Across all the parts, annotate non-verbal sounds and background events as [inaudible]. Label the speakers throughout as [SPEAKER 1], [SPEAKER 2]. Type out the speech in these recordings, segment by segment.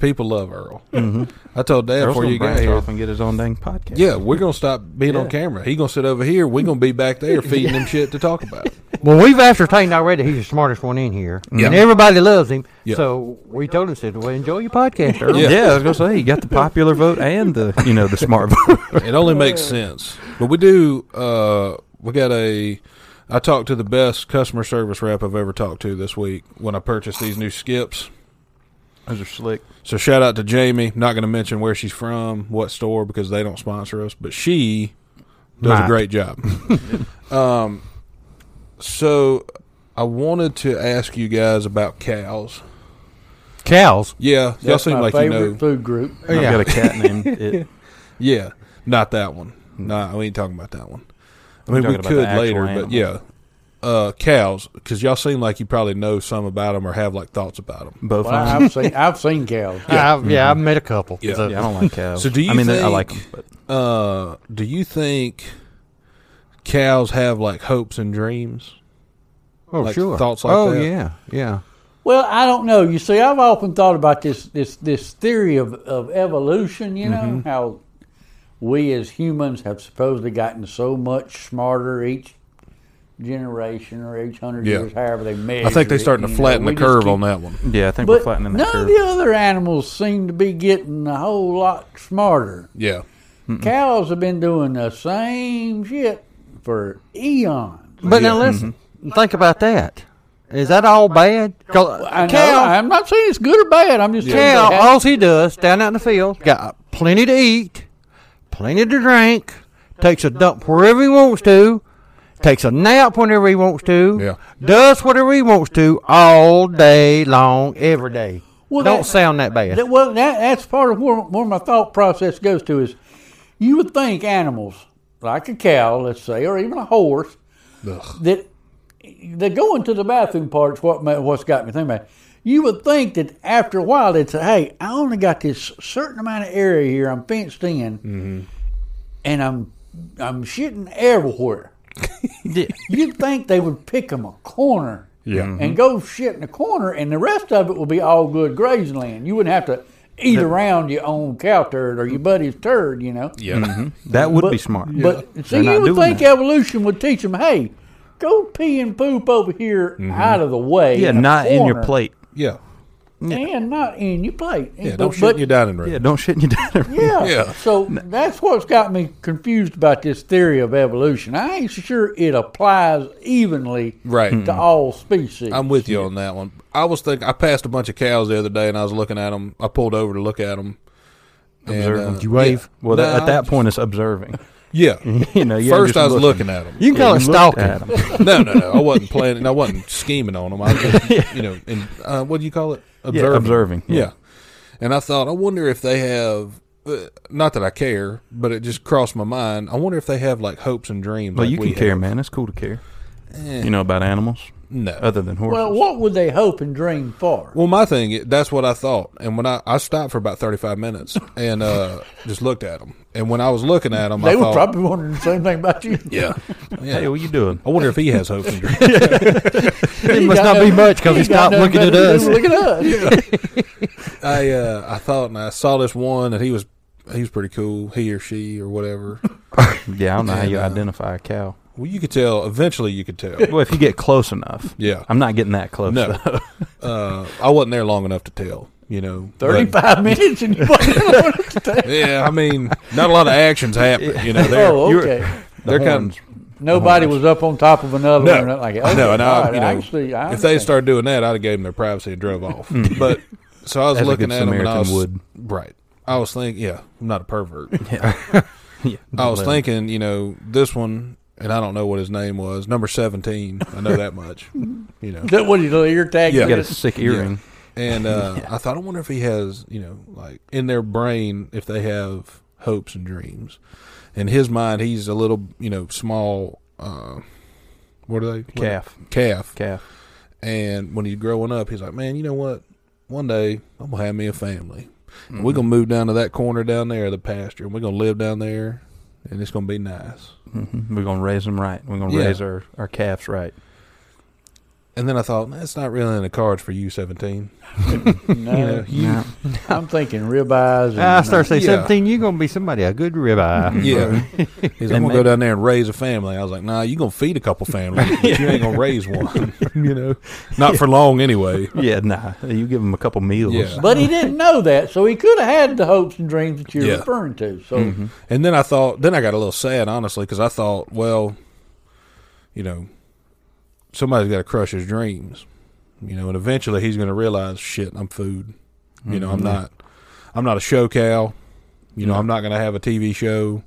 [SPEAKER 1] People love Earl. I told Dad
[SPEAKER 2] Mm-hmm. Earl's
[SPEAKER 1] before
[SPEAKER 2] gonna
[SPEAKER 1] you got
[SPEAKER 2] branch
[SPEAKER 1] here.
[SPEAKER 2] off and get his own dang podcast.
[SPEAKER 1] Yeah, we're gonna stop being on camera. He gonna sit over here. We're gonna be back
[SPEAKER 2] [laughs]
[SPEAKER 1] there feeding him shit to talk about.
[SPEAKER 3] Well, we've ascertained already he's the smartest one in here,
[SPEAKER 1] Yeah.
[SPEAKER 3] and everybody loves him.
[SPEAKER 1] Yeah.
[SPEAKER 3] So we told him, said, "Well, enjoy
[SPEAKER 2] [laughs]
[SPEAKER 3] your podcast, Earl."
[SPEAKER 1] Yeah.
[SPEAKER 2] Yeah. I was gonna say you got the popular vote and the you know the smart vote.
[SPEAKER 1] It only makes sense. But we do. Uh, we got a. I talked to the best customer service rep I've ever talked to this week when I purchased these new skips.
[SPEAKER 2] Those are slick.
[SPEAKER 1] So shout out to Jamie. Not going to mention where she's from, what store, because they don't sponsor us. But she does a
[SPEAKER 3] Mike.
[SPEAKER 1] great
[SPEAKER 2] [laughs]
[SPEAKER 1] job. um, so I wanted to ask you guys about cows.
[SPEAKER 3] Cows.
[SPEAKER 1] Yeah, y'all
[SPEAKER 4] That's
[SPEAKER 1] seem
[SPEAKER 4] my
[SPEAKER 1] like you
[SPEAKER 4] favorite
[SPEAKER 1] know.
[SPEAKER 4] food group.
[SPEAKER 2] I've got a cat named
[SPEAKER 3] [laughs]
[SPEAKER 2] it.
[SPEAKER 1] Yeah, not that one. Nah, we ain't talking about that one. I
[SPEAKER 2] We're
[SPEAKER 1] mean, we
[SPEAKER 2] talking about the
[SPEAKER 1] could
[SPEAKER 2] actual
[SPEAKER 1] later, but
[SPEAKER 2] animal.
[SPEAKER 1] yeah, uh, cows. Because y'all seem like you probably know some about them or have like thoughts about them.
[SPEAKER 2] Both.
[SPEAKER 4] Well,
[SPEAKER 2] of 'em.
[SPEAKER 4] I've seen I've
[SPEAKER 1] [laughs]
[SPEAKER 4] seen cows.
[SPEAKER 3] Yeah, I've, yeah, I've met a couple.
[SPEAKER 1] Yeah.
[SPEAKER 3] So-
[SPEAKER 2] Yeah, I don't like cows.
[SPEAKER 1] So do you
[SPEAKER 2] I mean, they- I
[SPEAKER 1] think-
[SPEAKER 2] like them, but
[SPEAKER 1] Uh, do you think cows have like hopes and dreams?
[SPEAKER 3] oh,
[SPEAKER 1] like,
[SPEAKER 3] sure.
[SPEAKER 1] thoughts like
[SPEAKER 3] oh,
[SPEAKER 1] that?
[SPEAKER 3] yeah, yeah.
[SPEAKER 4] Well, I don't know. You see, I've often thought about this this this theory of, of evolution. You know how we as humans have supposedly gotten so much smarter each generation or each hundred
[SPEAKER 1] Yeah.
[SPEAKER 4] years, however they measure.
[SPEAKER 1] I think they're
[SPEAKER 4] it,
[SPEAKER 1] starting to
[SPEAKER 4] you know.
[SPEAKER 1] flatten
[SPEAKER 4] We
[SPEAKER 1] the
[SPEAKER 4] just
[SPEAKER 1] curve
[SPEAKER 4] keep-
[SPEAKER 1] on that one.
[SPEAKER 2] yeah, I think we're
[SPEAKER 4] But
[SPEAKER 2] flattening
[SPEAKER 4] none
[SPEAKER 2] that
[SPEAKER 4] of
[SPEAKER 2] curve.
[SPEAKER 4] the other animals seem to be getting a whole lot smarter.
[SPEAKER 1] Yeah.
[SPEAKER 4] Cows have been doing the same shit for eons.
[SPEAKER 3] But
[SPEAKER 1] Yeah.
[SPEAKER 3] now listen, think about that. Is that all bad? 'Cause
[SPEAKER 4] I know,
[SPEAKER 3] cow,
[SPEAKER 4] I'm not saying it's good or bad. I'm just saying
[SPEAKER 3] cow,
[SPEAKER 4] they have-
[SPEAKER 3] all she does, down out in the field, got plenty to eat, plenty to drink, takes a dump wherever he wants to, takes a nap whenever he wants to,
[SPEAKER 1] Yeah.
[SPEAKER 3] does whatever he wants to all day long, every day.
[SPEAKER 4] Well,
[SPEAKER 3] Don't
[SPEAKER 4] that-
[SPEAKER 3] sound that bad.
[SPEAKER 4] That- well, that, that's part of where, where my thought process goes to is you would think animals, like a cow, let's say, or even a horse,
[SPEAKER 1] Ugh.
[SPEAKER 4] that the going to the bathroom part's what ma- what's got me thinking about. it. You would think that after a while they'd say, "Hey, I only got this certain amount of area here. I'm fenced in, and I'm I'm shitting everywhere." You'd think they would pick them a corner,
[SPEAKER 1] Yeah.
[SPEAKER 2] Mm-hmm.
[SPEAKER 4] and go shit in the corner, and the rest of it would be all good grazing land. You wouldn't have to eat around your own cow turd or your buddy's turd, you know.
[SPEAKER 1] Yeah.
[SPEAKER 2] that would be smart.
[SPEAKER 4] But see,
[SPEAKER 2] They're not
[SPEAKER 4] you would
[SPEAKER 2] doing
[SPEAKER 4] think
[SPEAKER 2] that.
[SPEAKER 4] evolution would teach them, hey, go pee and poop over here
[SPEAKER 2] Mm-hmm.
[SPEAKER 4] out of the way.
[SPEAKER 2] yeah,
[SPEAKER 4] a
[SPEAKER 2] not in your
[SPEAKER 4] corner,
[SPEAKER 2] plate.
[SPEAKER 1] Yeah.
[SPEAKER 4] and not in your plate.
[SPEAKER 1] Yeah. Don't shit in your dining room.
[SPEAKER 2] Yeah, don't shit in your dining room.
[SPEAKER 4] Yeah.
[SPEAKER 1] Yeah.
[SPEAKER 4] So that's what's got me confused about this theory of evolution. I ain't sure it applies evenly
[SPEAKER 1] Right.
[SPEAKER 4] to
[SPEAKER 3] Mm-hmm.
[SPEAKER 4] all species.
[SPEAKER 1] I'm with you on that one. I was thinking, I passed a bunch of cows the other day and I was looking at them. I pulled over to look at them.
[SPEAKER 2] Observe them.
[SPEAKER 3] you wave?
[SPEAKER 2] Well, that, at that
[SPEAKER 1] point.
[SPEAKER 2] point, it's observing. [laughs]
[SPEAKER 1] Yeah.
[SPEAKER 2] You know, you ain't
[SPEAKER 1] First,
[SPEAKER 2] just
[SPEAKER 1] I was
[SPEAKER 2] looking.
[SPEAKER 1] looking at them.
[SPEAKER 3] You can call it stalking.
[SPEAKER 1] [laughs] No, no, no. I wasn't planning. I wasn't scheming on them. I was, just, you know, in, uh, what do you call it? Observing.
[SPEAKER 2] observing,
[SPEAKER 1] Yeah.
[SPEAKER 2] yeah.
[SPEAKER 1] And I thought, I wonder if they have. Uh, not that I care, but it just crossed my mind. I wonder if they have like hopes and dreams.
[SPEAKER 2] Well,
[SPEAKER 1] like
[SPEAKER 2] you
[SPEAKER 1] we
[SPEAKER 2] can care,
[SPEAKER 1] have. Eh.
[SPEAKER 2] man. It's cool to care. You know about animals
[SPEAKER 1] No.
[SPEAKER 2] other than horses.
[SPEAKER 4] well, what would they hope and dream for?
[SPEAKER 1] Well, my thing, that's what I thought. And when I, I stopped for about 35 minutes and uh, just looked at them. And when I was looking at them,
[SPEAKER 4] they
[SPEAKER 1] I
[SPEAKER 4] were
[SPEAKER 1] thought,
[SPEAKER 4] probably wondering the same thing about
[SPEAKER 1] [laughs]
[SPEAKER 4] you.
[SPEAKER 1] yeah.
[SPEAKER 2] hey,
[SPEAKER 1] yeah.
[SPEAKER 2] what you doing?
[SPEAKER 1] I wonder if he has hopes and dreams.
[SPEAKER 3] It must not be much because he stopped looking at us.
[SPEAKER 4] Look
[SPEAKER 1] [laughs]
[SPEAKER 4] at us.
[SPEAKER 1] I uh, I thought and I saw this one and he was he was pretty cool, he or she or whatever.
[SPEAKER 2] Yeah, I don't know how you
[SPEAKER 1] Yeah, no.
[SPEAKER 2] identify a cow.
[SPEAKER 1] Well, you could tell. Eventually, you could
[SPEAKER 4] [laughs]
[SPEAKER 1] tell.
[SPEAKER 2] Well, if you get close enough.
[SPEAKER 1] Yeah.
[SPEAKER 2] I'm not getting that close.
[SPEAKER 1] No,
[SPEAKER 2] though.
[SPEAKER 1] uh, I wasn't there long enough to tell. You know, but-
[SPEAKER 4] 35 minutes and you
[SPEAKER 1] [laughs]
[SPEAKER 4] wasn't on the table.
[SPEAKER 1] yeah, I
[SPEAKER 4] [laughs]
[SPEAKER 1] mean, not a lot of actions happen. You know, they're
[SPEAKER 4] Oh,
[SPEAKER 2] you
[SPEAKER 4] okay.
[SPEAKER 1] [laughs]
[SPEAKER 2] were- the
[SPEAKER 1] they're kind.
[SPEAKER 2] horns. [laughs]
[SPEAKER 4] Nobody was up on top of another or nothing like that. Okay,
[SPEAKER 1] Oh, no, and
[SPEAKER 4] all
[SPEAKER 1] I,
[SPEAKER 4] right,
[SPEAKER 1] you know,
[SPEAKER 4] actually, I
[SPEAKER 1] if they
[SPEAKER 4] understand. Mm.
[SPEAKER 1] started doing that, I'd have gave them their privacy and drove off. but so
[SPEAKER 4] [laughs]
[SPEAKER 1] I was
[SPEAKER 2] As a
[SPEAKER 1] looking
[SPEAKER 2] good
[SPEAKER 1] at them and I
[SPEAKER 2] Samaritan
[SPEAKER 1] was
[SPEAKER 2] would.
[SPEAKER 1] right. I was thinking, yeah, I'm not a
[SPEAKER 4] [laughs]
[SPEAKER 1] pervert.
[SPEAKER 2] Yeah,
[SPEAKER 1] I was
[SPEAKER 2] but-
[SPEAKER 1] thinking, you know, this one, and I don't know what his name was, number seventeen. I know that
[SPEAKER 4] [laughs]
[SPEAKER 1] much. You know,
[SPEAKER 4] Is that what his little ear tag?
[SPEAKER 1] Yeah.
[SPEAKER 2] You got a
[SPEAKER 4] said?
[SPEAKER 2] sick earring.
[SPEAKER 1] And uh, I thought, I wonder if he has, you know, like in their brain, if they have hopes and dreams. In his mind, he's a little, you know, small. Uh, what are they?
[SPEAKER 2] Calf.
[SPEAKER 1] Calf.
[SPEAKER 2] Calf.
[SPEAKER 1] And when he's growing up, he's like, man, you know what? one day I'm gonna have me a family. And We're gonna move down to that corner down there, the pasture, and we're gonna live down there, and it's gonna be nice.
[SPEAKER 2] Mm-hmm. We're gonna raise them right. We're gonna
[SPEAKER 1] Yeah.
[SPEAKER 2] raise our, our calves right.
[SPEAKER 1] And then I thought that's not really in the cards for you, seventeen. [laughs]
[SPEAKER 4] No,
[SPEAKER 2] Yeah.
[SPEAKER 4] I'm thinking ribeyes. And, uh,
[SPEAKER 3] I start saying
[SPEAKER 1] Yeah.
[SPEAKER 3] seventeen. You're gonna be somebody a good ribeye.
[SPEAKER 1] [laughs] Yeah, he's like, I'm
[SPEAKER 2] And
[SPEAKER 1] gonna go
[SPEAKER 2] maybe-
[SPEAKER 1] down there and raise a family. I was like, Nah, you gonna feed a couple families, but you ain't gonna raise one. [laughs] you know, not for long anyway.
[SPEAKER 2] yeah, nah. You give them a couple meals.
[SPEAKER 1] Yeah.
[SPEAKER 4] But he didn't know that, so he could have had the hopes and dreams that you're
[SPEAKER 1] Yeah. Mm-hmm.
[SPEAKER 4] referring to. So
[SPEAKER 1] And then I thought, then I got a little sad, honestly, because I thought, well, you know, somebody's got to crush his dreams, you know, and eventually he's going to realize, shit, I'm food. You know, I'm not, I'm not a show cow. You know, I'm not going to have a TV show.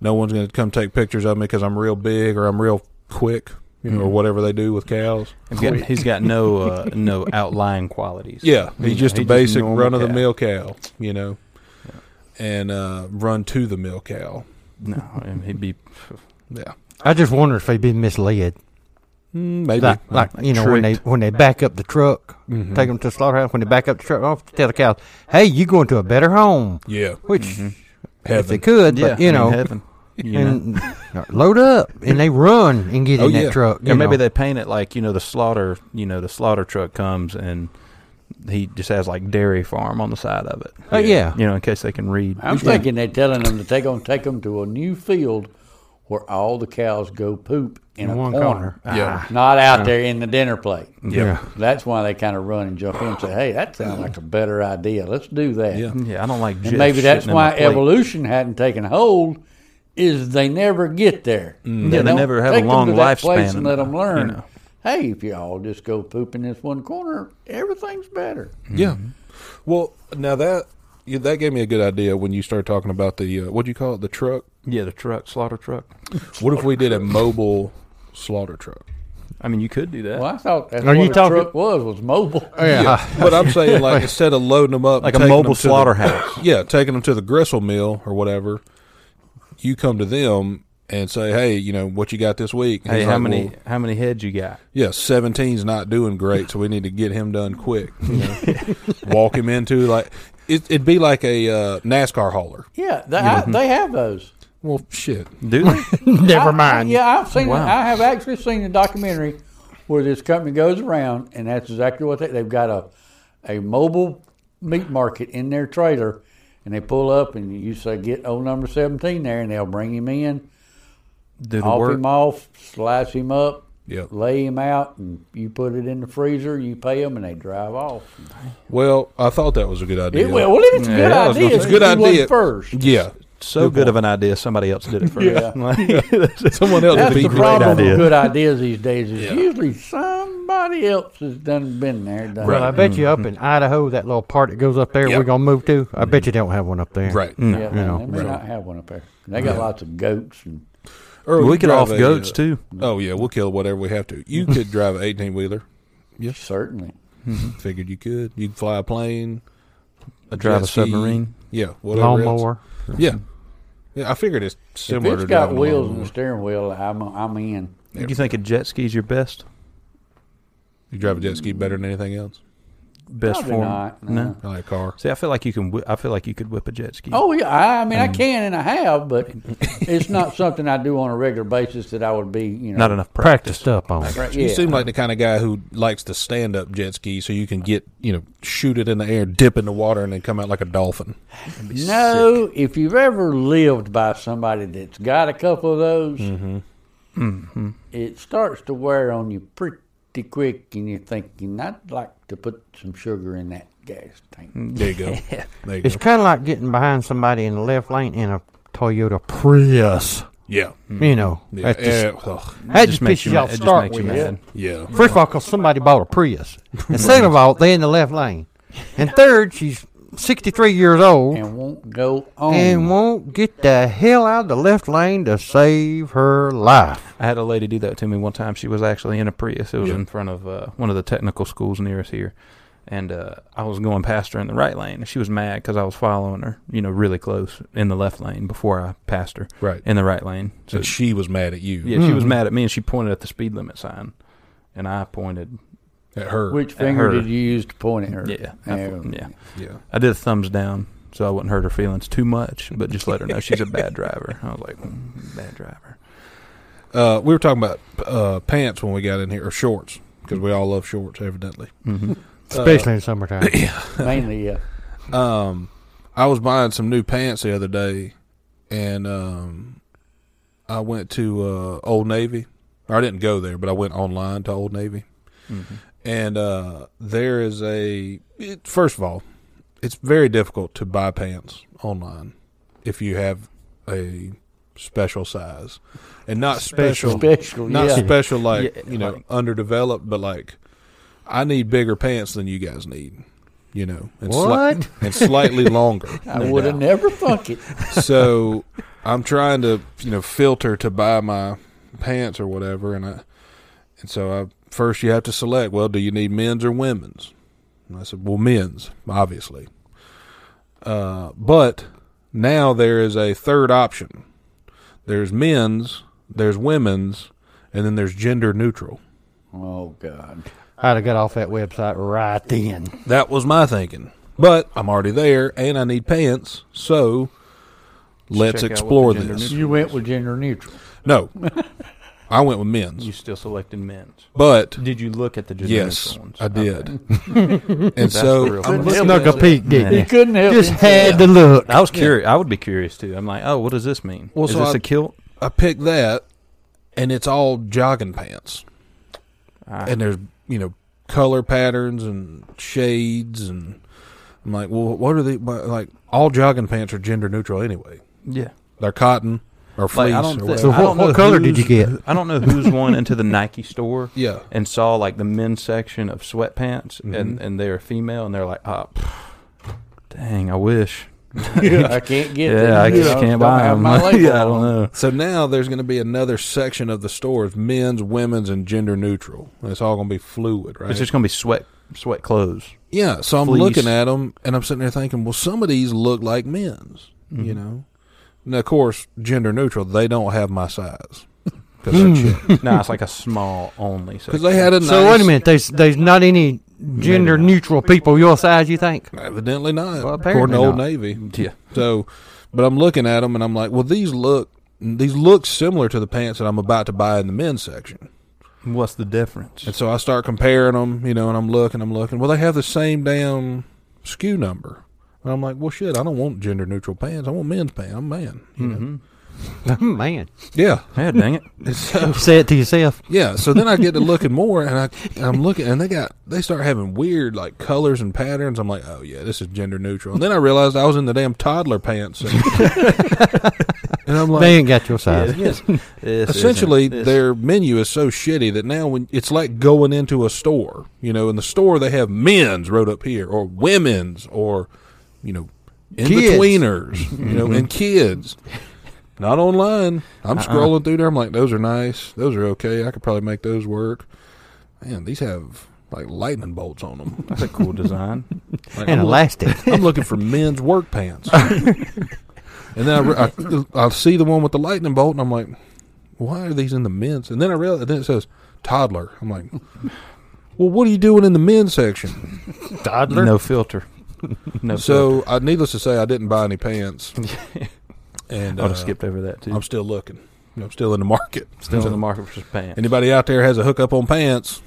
[SPEAKER 1] No one's going to come take pictures of me because I'm real big or I'm real quick, you know, or whatever they do with cows.
[SPEAKER 2] He's got, he's got no uh, no outlying qualities.
[SPEAKER 1] Yeah,
[SPEAKER 2] You
[SPEAKER 1] he's
[SPEAKER 2] know,
[SPEAKER 1] just a
[SPEAKER 2] he's
[SPEAKER 1] basic
[SPEAKER 2] normal
[SPEAKER 1] run of the
[SPEAKER 2] cat.
[SPEAKER 1] mill cow, you know, and uh, run to the mill cow.
[SPEAKER 2] No, I mean, he'd be
[SPEAKER 1] Yeah,
[SPEAKER 3] I just wonder if they've been misled.
[SPEAKER 2] Hmm,
[SPEAKER 1] Mm, maybe Mm-hmm.
[SPEAKER 3] Like, like you know, when they when they back up the truck, take 'em take them to the slaughterhouse. When they back up the truck, off tell the cows, "Hey, you going to a better home?"
[SPEAKER 1] Yeah,
[SPEAKER 3] Which if they
[SPEAKER 1] Mm-hmm. heaven.
[SPEAKER 3] could,
[SPEAKER 2] mm-hmm. yeah,
[SPEAKER 3] but you
[SPEAKER 2] I mean,
[SPEAKER 3] know,
[SPEAKER 2] heaven. You know?
[SPEAKER 3] and [laughs] load up and they run and get
[SPEAKER 1] Oh,
[SPEAKER 3] in that
[SPEAKER 1] yeah.
[SPEAKER 3] truck.
[SPEAKER 2] Or
[SPEAKER 3] you
[SPEAKER 2] maybe
[SPEAKER 3] know.
[SPEAKER 2] they paint it like you know the slaughter. You know the slaughter truck comes and he just has like dairy farm on the side of it.
[SPEAKER 3] Uh, yeah.
[SPEAKER 2] You know, in case they can read.
[SPEAKER 4] I'm thinking they're telling him to take on take them to a new field where all the cows go poop in, a
[SPEAKER 3] one
[SPEAKER 4] corner, Ah.
[SPEAKER 1] Yeah.
[SPEAKER 2] Ah.
[SPEAKER 4] not out there in the dinner plate.
[SPEAKER 1] Yeah.
[SPEAKER 4] That's why they kind of run and jump in and say, "Hey, that sounds like a better idea. Let's do that."
[SPEAKER 1] Yeah.
[SPEAKER 2] Yeah, I don't like.
[SPEAKER 4] And maybe that's why evolution hadn't taken hold, is they never get there.
[SPEAKER 2] Mm, Yeah, they
[SPEAKER 4] don't
[SPEAKER 2] never have a
[SPEAKER 4] take 'em
[SPEAKER 2] long
[SPEAKER 4] to that place
[SPEAKER 2] lifespan
[SPEAKER 4] and let them
[SPEAKER 2] enough,
[SPEAKER 4] learn.
[SPEAKER 2] you know.
[SPEAKER 4] Hey, if you all just go poop in this one corner, everything's better.
[SPEAKER 1] Yeah.
[SPEAKER 2] Mm-hmm.
[SPEAKER 1] Well, now that yeah, that gave me a good idea when you started talking about the uh, what do you call it the truck?
[SPEAKER 2] Yeah, the truck slaughter truck.
[SPEAKER 1] What if we did a mobile slaughter truck?
[SPEAKER 2] I mean, you could do that.
[SPEAKER 4] Well, I thought that's
[SPEAKER 3] Are
[SPEAKER 4] what
[SPEAKER 3] you
[SPEAKER 4] a
[SPEAKER 3] talking- Oh,
[SPEAKER 4] truck was was mobile.
[SPEAKER 1] but I'm saying
[SPEAKER 2] [laughs]
[SPEAKER 1] like instead of loading them up,
[SPEAKER 2] Like a
[SPEAKER 1] and taking
[SPEAKER 2] mobile
[SPEAKER 1] 'em to the-
[SPEAKER 2] slaughterhouse.
[SPEAKER 1] [coughs] yeah, taking them to the gristle mill or whatever. You come to them and say, "Hey, you know what you got this week?" And
[SPEAKER 2] Hey,
[SPEAKER 1] he's
[SPEAKER 2] how
[SPEAKER 1] like,
[SPEAKER 2] many
[SPEAKER 1] "Well,
[SPEAKER 2] how many heads you got?
[SPEAKER 1] yeah, seventeen's not doing great, so we need to get him done quick. You
[SPEAKER 4] [laughs]
[SPEAKER 1] know? Walk him into like it, it'd be like a uh, NASCAR hauler.
[SPEAKER 4] Yeah, they, I,
[SPEAKER 2] Mm-hmm.
[SPEAKER 4] they have those.
[SPEAKER 1] Well, shit.
[SPEAKER 2] Do [laughs] they?
[SPEAKER 3] [laughs] Never
[SPEAKER 4] I-
[SPEAKER 3] mind.
[SPEAKER 4] I, yeah, I've seen.
[SPEAKER 2] Wow.
[SPEAKER 4] I have actually seen a documentary where this company goes around, and that's exactly what they, they've got a a mobile meat market in their trailer, and they pull up, and you say get old number seventeen there, and they'll bring him in,
[SPEAKER 2] do the
[SPEAKER 4] off
[SPEAKER 2] work?
[SPEAKER 4] him off, slice him up.
[SPEAKER 1] Yep.
[SPEAKER 4] Lay him out, and you put it in the freezer. You pay them, and they drive off.
[SPEAKER 1] Well, I thought that was a good idea.
[SPEAKER 4] It, well, well, it's a good
[SPEAKER 2] Yeah, I was gonna
[SPEAKER 4] idea.
[SPEAKER 2] say-
[SPEAKER 4] if
[SPEAKER 1] it's a good
[SPEAKER 4] you wasn't
[SPEAKER 1] idea
[SPEAKER 4] First,
[SPEAKER 1] Yeah,
[SPEAKER 2] So good of an idea, somebody else did it first.
[SPEAKER 4] [laughs] Yeah.
[SPEAKER 1] someone else
[SPEAKER 4] That's
[SPEAKER 1] would be
[SPEAKER 4] the
[SPEAKER 1] great.
[SPEAKER 4] problem
[SPEAKER 2] idea.
[SPEAKER 4] with good ideas these days. Is
[SPEAKER 1] Yeah.
[SPEAKER 4] usually somebody else has done been there. Done
[SPEAKER 1] Right. Mm-hmm.
[SPEAKER 3] Well, I bet you up in Idaho, that little part that goes up there,
[SPEAKER 1] Yep.
[SPEAKER 3] we're gonna move to. I bet you they don't have one up there.
[SPEAKER 1] Mm-hmm. Right.
[SPEAKER 2] Mm.
[SPEAKER 4] that. Yeah, they-
[SPEAKER 3] know,
[SPEAKER 4] they may
[SPEAKER 1] right.
[SPEAKER 4] not have one up there. They got lots of goats and
[SPEAKER 1] Or
[SPEAKER 2] We could
[SPEAKER 1] drive
[SPEAKER 2] off
[SPEAKER 1] a,
[SPEAKER 2] goats
[SPEAKER 1] uh,
[SPEAKER 2] too.
[SPEAKER 1] Oh yeah, we'll kill whatever we have to.
[SPEAKER 2] [laughs]
[SPEAKER 1] You could drive an eighteen wheeler.
[SPEAKER 4] certainly.
[SPEAKER 1] Figured you could. You could fly a plane.
[SPEAKER 2] A drive
[SPEAKER 1] jet
[SPEAKER 2] a
[SPEAKER 1] ski,
[SPEAKER 2] submarine.
[SPEAKER 1] Yeah. Whatever. else.
[SPEAKER 3] Lawnmower.
[SPEAKER 1] Yeah. Yeah. I figured it's
[SPEAKER 4] If
[SPEAKER 1] similar
[SPEAKER 4] it's
[SPEAKER 1] to
[SPEAKER 4] got
[SPEAKER 1] driving a
[SPEAKER 4] wheels and
[SPEAKER 1] lawnmower.
[SPEAKER 4] a steering wheel, I'm I'm in.
[SPEAKER 2] You think a jet ski's your best
[SPEAKER 1] You drive a jet ski better than anything else.
[SPEAKER 2] best
[SPEAKER 4] Probably
[SPEAKER 2] form?
[SPEAKER 4] not, no.
[SPEAKER 1] I like a car.
[SPEAKER 2] See, I feel like you can. whi- I feel like you could whip a jet ski.
[SPEAKER 4] Oh yeah, I, I mean
[SPEAKER 1] Mm.
[SPEAKER 4] I can and I
[SPEAKER 1] [laughs]
[SPEAKER 4] have, but it's not something I do on a regular basis that I would be you know.
[SPEAKER 2] not enough practice.
[SPEAKER 3] Practiced up on.
[SPEAKER 4] Right,
[SPEAKER 1] [laughs] You
[SPEAKER 4] yeah.
[SPEAKER 1] seem like the kind of guy who likes to stand up jet ski so you can get, you know, shoot it in the air, dip in the water, and then come out like a dolphin.
[SPEAKER 4] no, if you've ever lived by somebody that's got a couple of those,
[SPEAKER 1] Mm-hmm.
[SPEAKER 4] it starts to wear on you pretty quick, and you're thinking, I'd like to put some sugar in that gas tank.
[SPEAKER 1] There you go. There you
[SPEAKER 3] It's
[SPEAKER 1] go.
[SPEAKER 3] kind of like getting behind somebody in the left lane in a Toyota Prius.
[SPEAKER 1] Yeah.
[SPEAKER 2] Mm-hmm.
[SPEAKER 3] You know,
[SPEAKER 1] Yeah.
[SPEAKER 3] that just,
[SPEAKER 1] Eh, ugh.
[SPEAKER 3] that just pisses you
[SPEAKER 2] ma-
[SPEAKER 3] off.
[SPEAKER 2] it
[SPEAKER 3] to
[SPEAKER 2] just
[SPEAKER 3] Start
[SPEAKER 2] makes
[SPEAKER 3] with
[SPEAKER 2] you
[SPEAKER 3] Yeah.
[SPEAKER 2] mad.
[SPEAKER 1] yeah.
[SPEAKER 3] First of all, 'cause somebody bought a
[SPEAKER 2] [laughs]
[SPEAKER 3] Prius, and second of all, they in the left lane, and third, she's sixty-three years old and,
[SPEAKER 4] And won't go on.
[SPEAKER 3] won't get the hell out of the left lane to save her life.
[SPEAKER 2] I had a lady do that to me one time. She was actually in a Prius. It was in front of uh, one of the technical schools near us here, and uh, I was going past her in the right lane. And she was mad because I was following her, you know, really close in the left lane before I passed her
[SPEAKER 1] Right.
[SPEAKER 2] in the right lane. So
[SPEAKER 1] And she was mad at you.
[SPEAKER 3] Hmm.
[SPEAKER 2] yeah, she was mad at me, and she pointed at the speed limit sign, and I pointed
[SPEAKER 1] at her.
[SPEAKER 4] Which finger
[SPEAKER 2] her.
[SPEAKER 4] did you use to point at her?
[SPEAKER 2] Yeah, I- yeah.
[SPEAKER 1] yeah,
[SPEAKER 2] I did a thumbs down so I wouldn't hurt her feelings too much, but just let her know she's a bad driver. I was like, "Mm, bad driver.
[SPEAKER 1] uh, we were talking about uh, pants when we got in here, or shorts, because we all love shorts, evidently.
[SPEAKER 2] hmm
[SPEAKER 3] especially in summertime.
[SPEAKER 4] [laughs]
[SPEAKER 3] [coughs]
[SPEAKER 4] Mainly, uh,
[SPEAKER 2] [laughs]
[SPEAKER 4] yeah.
[SPEAKER 1] um, I was buying some new pants the other day, and um, I went to uh, Old Navy. Or I didn't go there, but I went online to Old Navy, and uh, there is a. It, first of all, it's very difficult to buy pants online if you have a special size, and not special,
[SPEAKER 4] Special,
[SPEAKER 1] not
[SPEAKER 4] yeah.
[SPEAKER 1] special like
[SPEAKER 2] Yeah,
[SPEAKER 1] you know
[SPEAKER 2] like-
[SPEAKER 1] underdeveloped, but like I need bigger pants than you guys need, you know, and, sli-
[SPEAKER 3] What?
[SPEAKER 1] [laughs] and slightly longer.
[SPEAKER 4] I would have never
[SPEAKER 2] [laughs]
[SPEAKER 4] thunk it.
[SPEAKER 1] so I'm trying to you know filter to buy my pants or whatever, and I and so I first you have to select. Well, do you need men's or women's? And I said, well, men's obviously. Uh, but now there is a third option. There's men's, there's women's, and then there's gender neutral.
[SPEAKER 4] Oh God!
[SPEAKER 3] I'd have got off that website right then.
[SPEAKER 1] That was my thinking. But I'm already there, and I need pants, so let's
[SPEAKER 2] check out what
[SPEAKER 1] explore
[SPEAKER 2] the gender
[SPEAKER 1] this.
[SPEAKER 2] neutral-
[SPEAKER 4] You went with gender neutral.
[SPEAKER 1] No, I went with men's.
[SPEAKER 2] You still selected men's.
[SPEAKER 1] But
[SPEAKER 2] Did you look at the gender
[SPEAKER 1] yes,
[SPEAKER 2] neutral ones?
[SPEAKER 1] I did. and [laughs]
[SPEAKER 2] That's the
[SPEAKER 1] so
[SPEAKER 2] real
[SPEAKER 1] I'm
[SPEAKER 2] question.
[SPEAKER 1] looking-
[SPEAKER 3] Snuck a peek, didn't
[SPEAKER 2] Yeah.
[SPEAKER 4] He
[SPEAKER 3] you?
[SPEAKER 4] couldn't help
[SPEAKER 3] Just
[SPEAKER 4] himself.
[SPEAKER 3] had to look.
[SPEAKER 2] I was curious. I would be curious too. I'm like, oh, what does this mean?
[SPEAKER 1] Well,
[SPEAKER 2] Is
[SPEAKER 1] so
[SPEAKER 2] this
[SPEAKER 1] I-
[SPEAKER 2] a kilt?
[SPEAKER 1] I picked that, and it's all jogging pants,
[SPEAKER 2] Ah.
[SPEAKER 1] and there's you know color patterns and shades, and I'm like, well, what are the but, like? All jogging pants are gender neutral anyway.
[SPEAKER 2] Yeah.
[SPEAKER 1] They're cotton or fleece
[SPEAKER 2] Like, I don't.
[SPEAKER 1] or
[SPEAKER 2] thi-
[SPEAKER 1] whatever.
[SPEAKER 3] So
[SPEAKER 2] I don't
[SPEAKER 3] what, what
[SPEAKER 2] know
[SPEAKER 3] color did you
[SPEAKER 2] who's-
[SPEAKER 3] get?
[SPEAKER 2] I don't know who's one into the Nike store
[SPEAKER 1] [laughs] yeah,
[SPEAKER 2] and saw like the men's section of sweatpants, and and they're female, and they're like, oh, pff, dang, I wish.
[SPEAKER 4] [laughs] I can't get.
[SPEAKER 2] Yeah,
[SPEAKER 4] them.
[SPEAKER 2] I
[SPEAKER 4] They
[SPEAKER 2] just
[SPEAKER 4] don't-
[SPEAKER 2] can't
[SPEAKER 4] don't
[SPEAKER 2] buy
[SPEAKER 4] have
[SPEAKER 2] them.
[SPEAKER 4] my
[SPEAKER 2] [laughs]
[SPEAKER 4] label
[SPEAKER 2] yeah, I
[SPEAKER 4] on
[SPEAKER 2] don't know.
[SPEAKER 1] So now there's going to be another section of the stores: men's, women's, and gender neutral. And it's all going to be fluid, right?
[SPEAKER 2] It's just gonna be sweat sweat clothes.
[SPEAKER 1] yeah. So I'm
[SPEAKER 2] fleece.
[SPEAKER 1] looking at them, and I'm sitting there thinking, well, some of these look like men's,
[SPEAKER 2] Mm-hmm.
[SPEAKER 1] you know. And of course, gender neutral, they don't have my
[SPEAKER 2] [laughs]
[SPEAKER 1] size because
[SPEAKER 2] no, it's like a small only. Because
[SPEAKER 1] they had a nice,
[SPEAKER 3] So wait a minute. There's there's not any gender neutral people your size. You think? [laughs]
[SPEAKER 1] Evidently not,
[SPEAKER 2] Well,
[SPEAKER 1] according to
[SPEAKER 2] apparently
[SPEAKER 1] Old
[SPEAKER 2] not.
[SPEAKER 1] Navy.
[SPEAKER 2] Yeah.
[SPEAKER 1] So, but I'm looking at them, and I'm like, well, these look these look similar to the pants that I'm about to buy in the men's section.
[SPEAKER 2] What's the difference?
[SPEAKER 1] And so I start comparing them, you know, and I'm looking, I'm looking. Well, they have the same damn SKU number. And I'm like, well, shit, I don't want gender neutral pants. I want men's pants. I'm a man. you know?
[SPEAKER 2] Mhm.
[SPEAKER 3] Oh, Man,
[SPEAKER 1] Yeah.
[SPEAKER 2] Yeah, dang it.
[SPEAKER 1] And so,
[SPEAKER 3] say it to yourself.
[SPEAKER 1] yeah. So then I get to looking more and, I, and I'm looking and they got, they start having weird like colors and patterns. I'm like, oh, yeah, this is gender neutral. And then I realized I was in the damn toddler pants. section. and I'm like,
[SPEAKER 3] They ain't got your
[SPEAKER 2] [laughs]
[SPEAKER 3] size.
[SPEAKER 2] This isn't-
[SPEAKER 1] essentially
[SPEAKER 2] this-
[SPEAKER 1] their menu is so shitty that now when it's like going into a store you know in the store they have men's wrote up here or women's or you know in
[SPEAKER 3] Kids.
[SPEAKER 1] betweeners you
[SPEAKER 2] [laughs]
[SPEAKER 1] know and kids not online i'm
[SPEAKER 2] Uh-uh.
[SPEAKER 1] scrolling through there i'm like those are nice those are okay i could probably make those work man these have like lightning bolts on them
[SPEAKER 2] that's a cool design.
[SPEAKER 1] Like,
[SPEAKER 3] [laughs] And
[SPEAKER 1] I'm looking-
[SPEAKER 3] elastic.
[SPEAKER 1] I'm looking for men's work pants. and then I, re- I, I see the one with the lightning bolt, and I'm like, why are these in the men's? And then I realize, then it says toddler. I'm like, well, what are you doing in the men's section?
[SPEAKER 3] Toddler.
[SPEAKER 2] no filter. No. filter.
[SPEAKER 1] So, I, needless to say, I didn't buy any pants. and
[SPEAKER 2] I would
[SPEAKER 1] uh,
[SPEAKER 2] have skipped over that too.
[SPEAKER 1] I'm still looking. I'm still in the market.
[SPEAKER 2] Still
[SPEAKER 1] So,
[SPEAKER 2] in the market for some pants.
[SPEAKER 1] Anybody out there has a hookup on pants?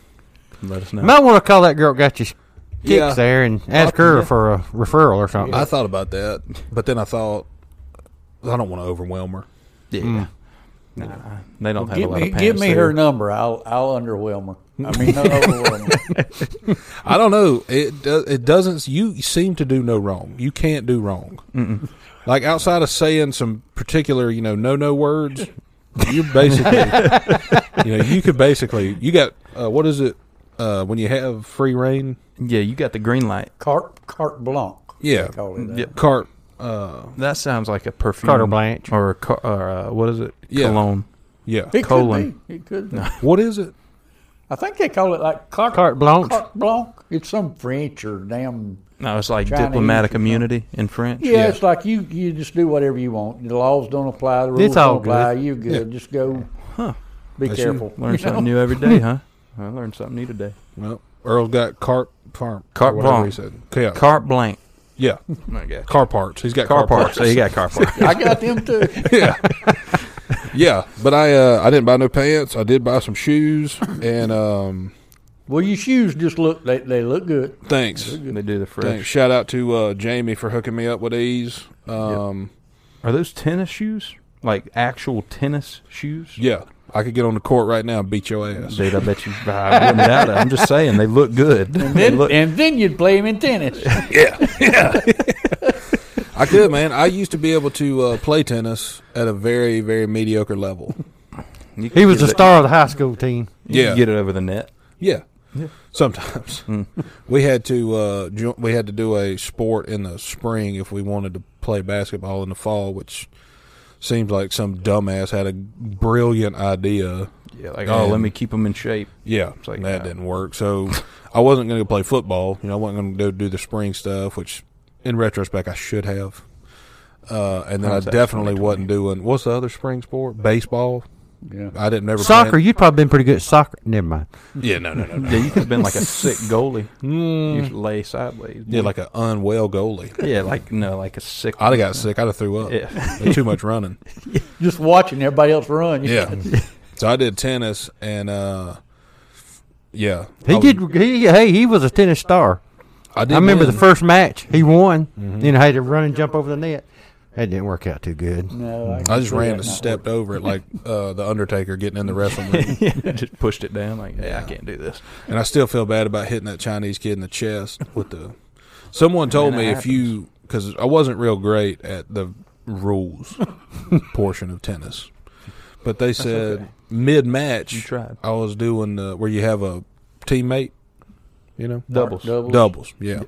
[SPEAKER 2] Let us know.
[SPEAKER 3] Might want to call that girl got your sticks
[SPEAKER 1] Yeah.
[SPEAKER 3] there and ask her for a referral or something.
[SPEAKER 1] I thought about that, but then I thought, I don't want to overwhelm her.
[SPEAKER 2] yeah.
[SPEAKER 1] Mm.
[SPEAKER 2] Nah, they don't have a
[SPEAKER 4] Give
[SPEAKER 2] lot
[SPEAKER 4] me,
[SPEAKER 2] of pants.
[SPEAKER 4] give me
[SPEAKER 2] there.
[SPEAKER 4] her number. I'll, I'll underwhelm her. I mean, not overwhelm her.
[SPEAKER 3] [laughs]
[SPEAKER 1] I don't know. It do- it doesn't. You seem to do no wrong. You can't do wrong. Like outside of saying some particular, you know, no no words, you
[SPEAKER 2] [laughs]
[SPEAKER 1] basically, you know, you could basically, you got uh, what is it uh, when you have free reign?
[SPEAKER 2] Yeah, you got the green light.
[SPEAKER 4] Carte, carte blanc.
[SPEAKER 1] Yeah.
[SPEAKER 4] They call it that.
[SPEAKER 2] Yep.
[SPEAKER 1] Cart. Uh,
[SPEAKER 2] That sounds like a perfume.
[SPEAKER 3] Carter Blanche.
[SPEAKER 2] Or, a, car- or uh, what is it?
[SPEAKER 1] Yeah.
[SPEAKER 2] Cologne.
[SPEAKER 1] yeah.
[SPEAKER 4] It
[SPEAKER 2] Colon.
[SPEAKER 4] could be.
[SPEAKER 2] [laughs]
[SPEAKER 4] It could be.
[SPEAKER 1] What is it?
[SPEAKER 4] I think they call it like carte,
[SPEAKER 3] Carte blanche.
[SPEAKER 4] Carte blanc. It's some French or damn.
[SPEAKER 2] No, it's like
[SPEAKER 4] Chinese or
[SPEAKER 2] diplomatic
[SPEAKER 4] something.
[SPEAKER 2] immunity in French.
[SPEAKER 4] Yeah, it's like you, you just do whatever you want. The laws don't apply. The rules
[SPEAKER 3] It's all
[SPEAKER 4] don't apply.
[SPEAKER 3] good.
[SPEAKER 4] You good. Just go. Be
[SPEAKER 1] That's you.
[SPEAKER 4] careful.
[SPEAKER 2] [laughs] Learn something new every day, huh? I learned something new today.
[SPEAKER 1] Well, Earl's got car farm.
[SPEAKER 2] Carte
[SPEAKER 1] whatever
[SPEAKER 2] blanche.
[SPEAKER 1] he said. Yeah,
[SPEAKER 2] Carte blank.
[SPEAKER 1] yeah.
[SPEAKER 2] I guess.
[SPEAKER 1] Car parts. He's got
[SPEAKER 2] Car parts. So you got car parts.
[SPEAKER 4] I got them too. [laughs]
[SPEAKER 1] yeah, yeah. But I uh, I didn't buy no pants. I did buy some shoes and um.
[SPEAKER 4] Well, your shoes just look they, they look good.
[SPEAKER 1] Thanks.
[SPEAKER 2] [laughs] they do the fresh.
[SPEAKER 1] Thanks. Shout out to uh, Jamie for hooking me up with these. Um,
[SPEAKER 2] Are those tennis shoes? Like actual tennis shoes?
[SPEAKER 1] Yeah, I could get on the court right now and beat your ass.
[SPEAKER 2] Dude, I bet you. I wouldn't doubt it. I'm just saying they look good. They
[SPEAKER 4] Then,
[SPEAKER 2] look,
[SPEAKER 4] and then you'd play him in tennis.
[SPEAKER 1] I could, man. I used to be able to uh, play tennis at a very, very mediocre level.
[SPEAKER 2] you can
[SPEAKER 3] He was
[SPEAKER 2] get
[SPEAKER 3] the
[SPEAKER 2] it-
[SPEAKER 3] star of the high school team.
[SPEAKER 2] You
[SPEAKER 1] Yeah.
[SPEAKER 2] can get it over the net.
[SPEAKER 1] Yeah. Sometimes we had to uh, jo- we had to do a sport in the spring if we wanted to play basketball in the fall, which seems like some dumbass had a brilliant idea.
[SPEAKER 2] Yeah, like oh, let
[SPEAKER 1] And-
[SPEAKER 2] me keep them in shape.
[SPEAKER 1] Yeah, that
[SPEAKER 2] like, no.
[SPEAKER 3] uh,
[SPEAKER 1] didn't work. So I wasn't going to play football. You know, I wasn't going to go do the spring stuff, which in retrospect I should have. Uh, and then I
[SPEAKER 2] Hindsight
[SPEAKER 1] definitely wasn't doing what's the other spring sport? Baseball.
[SPEAKER 4] Yeah.
[SPEAKER 1] I didn't never play-
[SPEAKER 3] Soccer, you'd probably been pretty good at soccer. Never mind.
[SPEAKER 1] Yeah, no, no, no, no.
[SPEAKER 2] Yeah, you could have been like a sick goalie. You should lay sideways.
[SPEAKER 1] Yeah, like an unwell goalie.
[SPEAKER 2] yeah, like no, like a sick.
[SPEAKER 1] I'd have got sick. I'd have threw up.
[SPEAKER 2] Yeah.
[SPEAKER 1] There's too much
[SPEAKER 3] [laughs]
[SPEAKER 1] running.
[SPEAKER 4] Just watching everybody else run.
[SPEAKER 1] Yeah. So I did tennis and uh yeah. I
[SPEAKER 3] He
[SPEAKER 1] was-
[SPEAKER 3] did. He, hey, he was a tennis star.
[SPEAKER 1] I, Oh. did
[SPEAKER 3] I remember the
[SPEAKER 1] win.
[SPEAKER 3] first match he won. Then I had to run and jump over the net. That didn't work out too good.
[SPEAKER 4] [laughs] [laughs] No, I,
[SPEAKER 1] I
[SPEAKER 4] can
[SPEAKER 1] just
[SPEAKER 4] see
[SPEAKER 1] ran
[SPEAKER 4] that
[SPEAKER 1] and
[SPEAKER 4] not
[SPEAKER 1] stepped over it like uh, the Undertaker getting in the wrestling
[SPEAKER 3] [laughs]
[SPEAKER 1] ring.
[SPEAKER 2] yeah, just pushed it down. Like, yeah, I can't do this.
[SPEAKER 1] And I still feel bad about hitting that Chinese kid in the chest with the. Someone told me
[SPEAKER 2] Man, that
[SPEAKER 1] if you because I wasn't real great at the
[SPEAKER 2] [laughs]
[SPEAKER 1] rules portion of tennis, but they said
[SPEAKER 2] okay.
[SPEAKER 1] mid match
[SPEAKER 2] You tried.
[SPEAKER 1] I was doing the where you have a teammate, you know,
[SPEAKER 2] Doubles.
[SPEAKER 4] doubles.
[SPEAKER 1] doubles, yeah.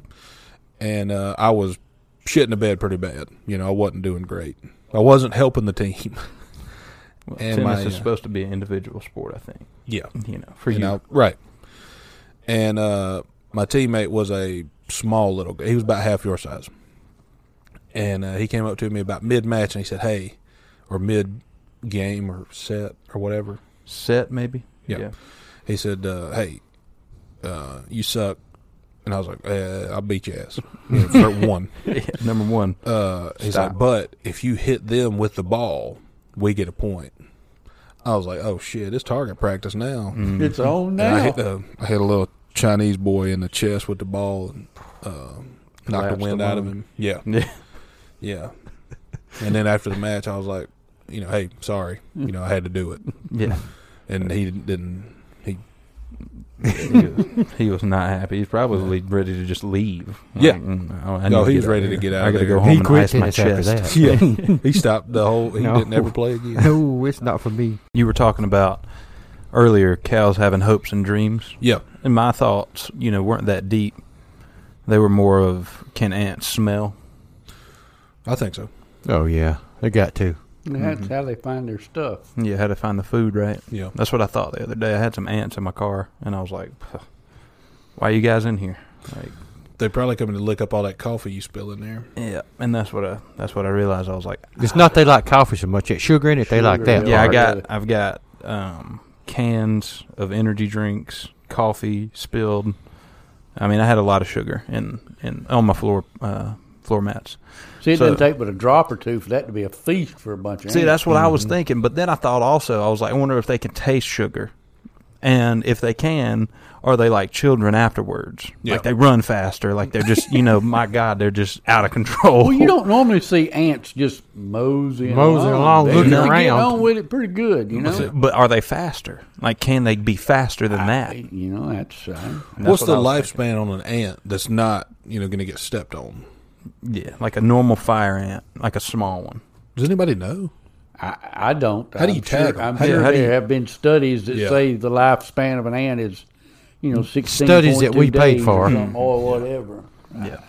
[SPEAKER 1] And uh, I was shitting the bed pretty bad. You know, I wasn't doing great. I wasn't helping the team. [laughs]
[SPEAKER 2] Well,
[SPEAKER 1] And
[SPEAKER 2] tennis
[SPEAKER 1] my,
[SPEAKER 2] is
[SPEAKER 1] uh,
[SPEAKER 2] supposed to be an individual sport, I think.
[SPEAKER 1] Yeah.
[SPEAKER 2] You know, for
[SPEAKER 1] you
[SPEAKER 2] you.
[SPEAKER 1] know, right. And uh, my teammate was a small little guy. He was about half your size. And uh, he came up to me about mid match and he said, Hey, or mid game or set or whatever.
[SPEAKER 2] set maybe.
[SPEAKER 1] Yeah. He said, uh, Hey, uh, you suck. And I was like, eh, I'll beat your ass. [laughs] You know, for
[SPEAKER 2] [laughs]
[SPEAKER 1] one.
[SPEAKER 2] [laughs] Yeah, Number one.
[SPEAKER 1] Uh, he's
[SPEAKER 2] Stop.
[SPEAKER 1] like, But if you hit them with the ball, we get a point. I was like, Oh shit, it's target practice now.
[SPEAKER 2] Mm-hmm.
[SPEAKER 4] It's on
[SPEAKER 1] And I
[SPEAKER 4] now.
[SPEAKER 1] hit uh, I hit a little Chinese boy in the chest with the ball and uh, knocked the
[SPEAKER 2] Collapsed
[SPEAKER 1] wind
[SPEAKER 2] the
[SPEAKER 1] out of
[SPEAKER 2] lung.
[SPEAKER 1] him. Yeah,
[SPEAKER 2] [laughs] Yeah.
[SPEAKER 1] yeah. and then after the match, I was like, you know, hey, sorry, you know, I had to do it, [laughs]
[SPEAKER 2] Yeah.
[SPEAKER 1] and he didn't.
[SPEAKER 2] [laughs]
[SPEAKER 1] didn't he
[SPEAKER 2] he, was, he was not happy. He's probably ready to just leave.
[SPEAKER 1] Yeah.
[SPEAKER 2] Like, mm, I- I
[SPEAKER 1] No,
[SPEAKER 2] need
[SPEAKER 1] he was
[SPEAKER 2] out of
[SPEAKER 1] ready to
[SPEAKER 2] here.
[SPEAKER 1] get out
[SPEAKER 2] I
[SPEAKER 1] of
[SPEAKER 2] gotta
[SPEAKER 1] there.
[SPEAKER 2] go
[SPEAKER 1] He
[SPEAKER 2] home and
[SPEAKER 3] quit
[SPEAKER 2] ice my
[SPEAKER 3] tennis after
[SPEAKER 2] chest.
[SPEAKER 3] that.
[SPEAKER 1] yeah [laughs] he stopped the whole. He
[SPEAKER 3] No.
[SPEAKER 1] didn't ever play again.
[SPEAKER 3] No, it's not for me.
[SPEAKER 2] You were talking about earlier cows having hopes and dreams,
[SPEAKER 1] Yeah,
[SPEAKER 2] and my thoughts, you know, weren't that deep. They were more of can ants smell?
[SPEAKER 1] I think so.
[SPEAKER 3] Oh yeah, I got to.
[SPEAKER 4] That's how they find their stuff.
[SPEAKER 2] Yeah, how to find the food, right?
[SPEAKER 1] Yeah,
[SPEAKER 2] That's what I thought the other day. I had some ants in my car, and I was like, "Pff, "Why you guys in here?" Like,
[SPEAKER 1] they probably coming to lick up all that coffee you spill in there.
[SPEAKER 2] yeah, and that's what I that's what I realized. I was like,
[SPEAKER 3] It's not they like coffee so much. It's sugar in it. They like
[SPEAKER 4] Sugar,
[SPEAKER 3] that.
[SPEAKER 2] Yeah, I
[SPEAKER 3] part.
[SPEAKER 2] got I've got um, cans of energy drinks, coffee spilled. I mean, I had a lot of sugar in, in on my floor uh, floor mats.
[SPEAKER 4] See, it
[SPEAKER 2] So-
[SPEAKER 4] doesn't take but a drop or two for that to be a feast for a bunch of
[SPEAKER 2] See,
[SPEAKER 4] ants.
[SPEAKER 2] that's what I was
[SPEAKER 4] Mm-hmm.
[SPEAKER 2] thinking, but then I thought also I was like, I wonder if they can taste sugar, and if they can, are they like children afterwards?
[SPEAKER 1] Yeah.
[SPEAKER 2] Like they run faster, like they're just you know, my God, they're just out of [laughs] control.
[SPEAKER 4] Well, you don't normally see ants just moseying,
[SPEAKER 3] Moseying along,
[SPEAKER 4] along They
[SPEAKER 3] looking
[SPEAKER 4] usually Get
[SPEAKER 3] around.
[SPEAKER 4] on with it pretty good, you know.
[SPEAKER 2] But are they faster? Like, can they be faster than that?
[SPEAKER 4] You know, that's uh,
[SPEAKER 2] That's
[SPEAKER 1] What's
[SPEAKER 2] what
[SPEAKER 1] the
[SPEAKER 2] I was
[SPEAKER 1] lifespan on an ant that's not you know going to get stepped on?
[SPEAKER 2] Yeah, like a normal fire ant, like a small one.
[SPEAKER 1] Does anybody know?
[SPEAKER 4] I, I don't.
[SPEAKER 1] How do you
[SPEAKER 4] I'm
[SPEAKER 1] tag
[SPEAKER 4] Sure,
[SPEAKER 1] 'em?
[SPEAKER 4] I'm
[SPEAKER 1] How do-
[SPEAKER 4] sure
[SPEAKER 2] how do
[SPEAKER 4] there
[SPEAKER 2] you-
[SPEAKER 4] have been studies that
[SPEAKER 1] Yeah.
[SPEAKER 4] say the lifespan of an ant is, you know, sixteen
[SPEAKER 3] Studies that we paid for.
[SPEAKER 4] or whatever.
[SPEAKER 2] Yeah.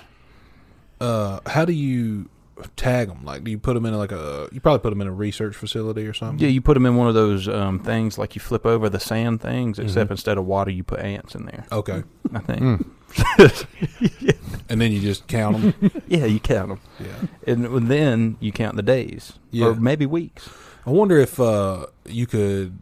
[SPEAKER 1] uh, how do you tag them? Like, do you put them in like a? You probably put them in a research facility or something.
[SPEAKER 2] Yeah, you put them in one of those um, things like you flip over the sand things, except
[SPEAKER 4] Mm-hmm.
[SPEAKER 2] instead of water, you put ants in there.
[SPEAKER 1] Okay,
[SPEAKER 2] I think.
[SPEAKER 4] Mm.
[SPEAKER 1] and then you just count
[SPEAKER 2] [laughs]
[SPEAKER 1] them.
[SPEAKER 2] [laughs] Yeah, you count them,
[SPEAKER 1] yeah.
[SPEAKER 2] and then you count the days
[SPEAKER 1] Yeah.
[SPEAKER 2] or maybe weeks.
[SPEAKER 1] I wonder if uh, you could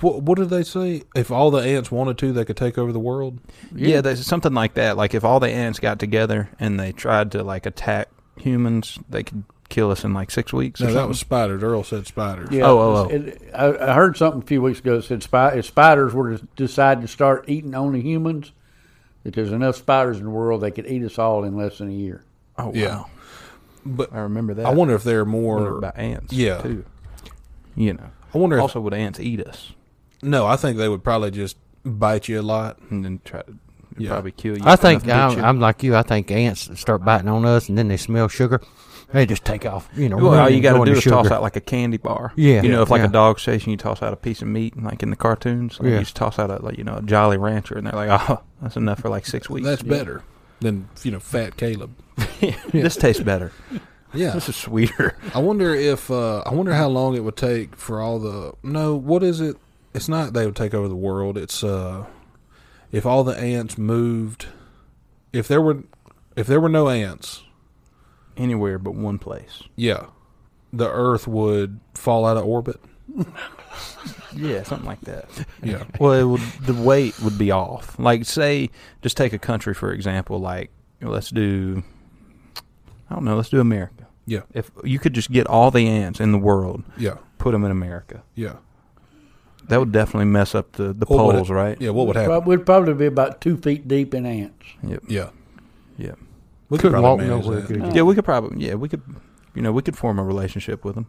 [SPEAKER 1] What, what did they say? If all the ants wanted to, they could take over the world.
[SPEAKER 2] Yeah, there's something like that. Like if all the ants got together and they tried to like attack humans, they could kill us in like six weeks.
[SPEAKER 1] No,
[SPEAKER 2] or
[SPEAKER 1] that
[SPEAKER 2] something.
[SPEAKER 1] was spiders. Earl said spiders.
[SPEAKER 4] Yeah,
[SPEAKER 2] Oh, oh, oh.
[SPEAKER 4] It, I, I heard something a few weeks ago that said spy, if spiders were to decide to start eating only humans, that there's enough spiders in the world they could eat us all in less than a year.
[SPEAKER 2] oh
[SPEAKER 1] Yeah.
[SPEAKER 2] wow,
[SPEAKER 1] But
[SPEAKER 2] I remember that.
[SPEAKER 1] I wonder if they're
[SPEAKER 2] I
[SPEAKER 1] more.
[SPEAKER 2] wonder about ants.
[SPEAKER 1] Yeah.
[SPEAKER 2] too. You know.
[SPEAKER 1] I wonder if
[SPEAKER 2] Also, would ants eat us
[SPEAKER 1] no. I think they would probably just bite you a lot.
[SPEAKER 2] and then try to
[SPEAKER 1] Yeah.
[SPEAKER 2] probably kill you?
[SPEAKER 3] I think
[SPEAKER 2] Enough to
[SPEAKER 3] I'm,
[SPEAKER 2] get
[SPEAKER 3] I'm like you. I think ants start biting on us, and then they smell sugar. They just take off. You know,
[SPEAKER 2] you. Well, all
[SPEAKER 3] running,
[SPEAKER 2] you got to
[SPEAKER 3] going
[SPEAKER 2] do
[SPEAKER 3] to
[SPEAKER 2] is toss
[SPEAKER 3] sugar.
[SPEAKER 2] out like a candy bar.
[SPEAKER 3] Yeah.
[SPEAKER 2] you know, if like
[SPEAKER 3] Yeah.
[SPEAKER 2] a dog's chasing you, toss out a piece of meat, like in the cartoons. Like
[SPEAKER 3] Yeah.
[SPEAKER 2] you just toss out a like you know a Jolly Rancher, and they're like, oh, that's enough for like six weeks.
[SPEAKER 1] That's better than you know, fat Caleb.
[SPEAKER 2] this tastes better.
[SPEAKER 1] Yeah,
[SPEAKER 2] This is sweeter. [laughs]
[SPEAKER 1] I wonder if uh, I wonder how long it would take for all the no. What is it? It's not they would take over the world. It's uh, if all the ants moved, if there were if there were no ants,
[SPEAKER 2] Anywhere but one place.
[SPEAKER 1] yeah, the Earth would fall out of orbit.
[SPEAKER 2] Yeah, something like that.
[SPEAKER 1] [laughs] Yeah,
[SPEAKER 2] [laughs] Well, it would, the weight would be off. Like, say, just take a country for example. Like, let's do, I don't know, let's do America.
[SPEAKER 1] yeah,
[SPEAKER 2] If you could just get all the ants in the world,
[SPEAKER 1] yeah,
[SPEAKER 2] put them in America,
[SPEAKER 1] yeah.
[SPEAKER 2] that would definitely mess up the the
[SPEAKER 1] What would
[SPEAKER 2] polls,
[SPEAKER 1] it-
[SPEAKER 2] right?
[SPEAKER 1] Yeah, what would happen?
[SPEAKER 4] Prob- We'd probably be about two feet deep in ants.
[SPEAKER 2] Yep.
[SPEAKER 1] Yeah,
[SPEAKER 2] Yeah.
[SPEAKER 1] we
[SPEAKER 3] Couldn't
[SPEAKER 1] probably
[SPEAKER 3] walk
[SPEAKER 1] manage
[SPEAKER 3] nowhere,
[SPEAKER 1] that.
[SPEAKER 3] could
[SPEAKER 4] Oh.
[SPEAKER 3] you?
[SPEAKER 2] Yeah, we could probably. Yeah, we could. You know, we could form a relationship with them.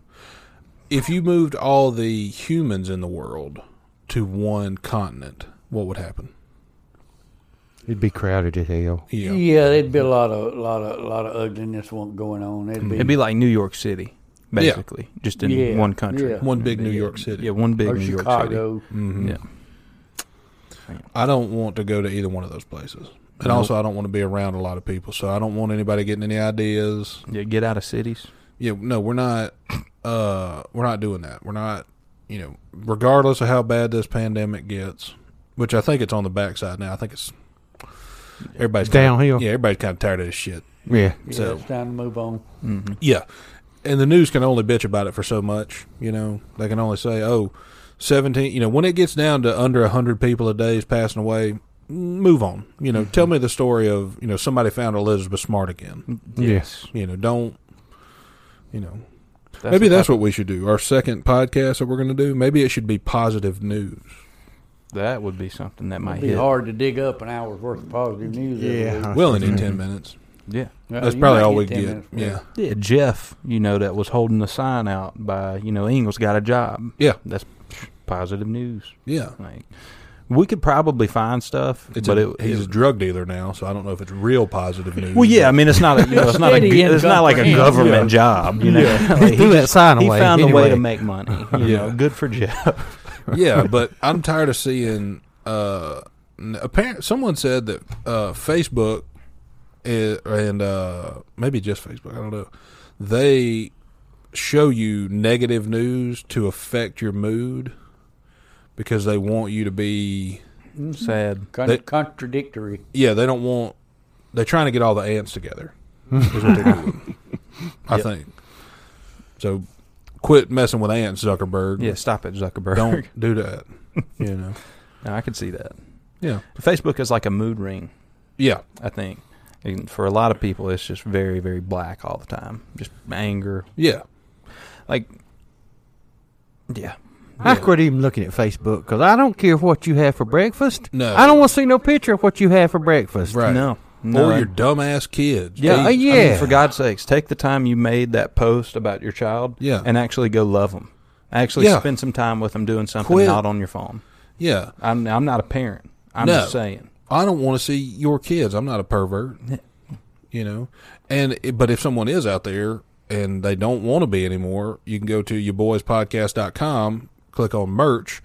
[SPEAKER 1] If you moved all the humans in the world to one continent, what would happen?
[SPEAKER 3] It'd be crowded as hell.
[SPEAKER 1] Yeah,
[SPEAKER 4] Yeah, there'd be a lot of lot of lot of ugliness wa- going on. It'd be,
[SPEAKER 2] Hmm. It'd be like New York City, basically, just in
[SPEAKER 4] Yeah,
[SPEAKER 2] one country.
[SPEAKER 4] yeah.
[SPEAKER 1] one big
[SPEAKER 2] It'd
[SPEAKER 1] New
[SPEAKER 2] be-
[SPEAKER 1] York City. Mm-hmm.
[SPEAKER 2] Yeah, one big
[SPEAKER 4] or
[SPEAKER 2] New York
[SPEAKER 4] Chicago.
[SPEAKER 2] City. Yeah.
[SPEAKER 1] I don't want to go to either one of those places. And also, I don't want to be around a lot of people, so I don't want anybody getting any ideas.
[SPEAKER 2] Yeah, get out of cities.
[SPEAKER 1] Yeah, no, we're not. Uh, we're not doing that. We're not. You know, regardless of how bad this pandemic gets, which I think it's on the backside now. I think it's everybody's kinda-
[SPEAKER 3] Downhill.
[SPEAKER 1] yeah, everybody's kind of tired of this shit.
[SPEAKER 3] Yeah.
[SPEAKER 4] Yeah,
[SPEAKER 1] So-
[SPEAKER 4] it's time to move on.
[SPEAKER 2] Mm-hmm.
[SPEAKER 1] Yeah, and the news can only bitch about it for so much. You know, they can only say, "Oh, 17, You know, when it gets down to under hundred people a day is passing away, move on. You know, tell me the story of you know somebody found Elizabeth Smart again.
[SPEAKER 3] Yes.
[SPEAKER 1] You know, don't. You know, maybe that's what we should do. Our second podcast that we're going to do, maybe it should be positive news.
[SPEAKER 2] that would be something that might
[SPEAKER 4] It'd be
[SPEAKER 2] hit.
[SPEAKER 4] hard to dig up an hour's worth of positive news. every
[SPEAKER 3] Yeah.
[SPEAKER 4] week.
[SPEAKER 1] We only need ten minutes.
[SPEAKER 2] Yeah.
[SPEAKER 4] Well,
[SPEAKER 1] That's
[SPEAKER 4] Uh, you
[SPEAKER 1] probably
[SPEAKER 4] might
[SPEAKER 1] all we
[SPEAKER 4] ten
[SPEAKER 1] get.
[SPEAKER 4] minutes for
[SPEAKER 1] Yeah,
[SPEAKER 2] Yeah, Jeff, you know, that was holding the sign out by, you know, Ingles got a job.
[SPEAKER 1] yeah,
[SPEAKER 2] That's positive news.
[SPEAKER 1] yeah.
[SPEAKER 2] Like, we could probably find stuff,
[SPEAKER 1] It's
[SPEAKER 2] but
[SPEAKER 1] a,
[SPEAKER 2] it,
[SPEAKER 1] he's a
[SPEAKER 2] it-
[SPEAKER 1] drug dealer now, so I don't know if it's real positive news.
[SPEAKER 2] well, yeah. I mean, it's not a, you know, it's not a,
[SPEAKER 4] Steady
[SPEAKER 2] g-
[SPEAKER 4] and
[SPEAKER 2] it's not like a
[SPEAKER 4] comprehend.
[SPEAKER 2] government job, you know. [laughs] Like,
[SPEAKER 3] He threw that sign
[SPEAKER 2] he
[SPEAKER 3] away.
[SPEAKER 2] found a way
[SPEAKER 3] anyway.
[SPEAKER 2] to make money. [laughs] You
[SPEAKER 1] Yeah.
[SPEAKER 2] know, good for Jeff.
[SPEAKER 1] yeah, but I'm tired of seeing. Uh, n- apparent someone said that uh, Facebook i and uh, maybe just Facebook. I don't know. They show you negative news to affect your mood because they want you to be.
[SPEAKER 2] Sad.
[SPEAKER 4] Con-
[SPEAKER 1] They- [laughs]
[SPEAKER 4] contradictory.
[SPEAKER 1] Yeah, they don't want. They're trying to get all the ants together. is what they're doing. I
[SPEAKER 2] Yep.
[SPEAKER 1] think. So, quit messing with ants, Zuckerberg.
[SPEAKER 2] Yeah, stop it, Zuckerberg.
[SPEAKER 1] Don't do that. You
[SPEAKER 3] [laughs]
[SPEAKER 1] know.
[SPEAKER 2] [laughs] No, I could see that.
[SPEAKER 1] Yeah.
[SPEAKER 2] Facebook is like a mood ring.
[SPEAKER 1] Yeah.
[SPEAKER 2] I think. And for a lot of people, it's just very, very black all the time. Just anger.
[SPEAKER 1] Yeah.
[SPEAKER 2] Like, yeah.
[SPEAKER 3] I quit even looking at Facebook because I don't care what you have for breakfast.
[SPEAKER 1] No.
[SPEAKER 3] I don't want to see no picture of what you have for breakfast.
[SPEAKER 1] Right.
[SPEAKER 2] No. No.
[SPEAKER 1] or your dumbass kids.
[SPEAKER 2] yeah.
[SPEAKER 1] Jeez.
[SPEAKER 3] uh,
[SPEAKER 2] I
[SPEAKER 3] yeah.
[SPEAKER 2] mean, for God's sakes, take the time you made that post about your child
[SPEAKER 1] Yeah.
[SPEAKER 2] and actually go love them. Actually
[SPEAKER 1] Yeah.
[SPEAKER 2] spend some time with them doing something
[SPEAKER 1] Quit.
[SPEAKER 2] not on your phone.
[SPEAKER 1] yeah.
[SPEAKER 2] I'm, I'm not a parent. I'm
[SPEAKER 1] No.
[SPEAKER 2] just saying.
[SPEAKER 1] I don't want to see your kids. I'm not a pervert. You know, and it- but if someone is out there and they don't want to be anymore, you can go to yourboyspodcast.com, click on merch,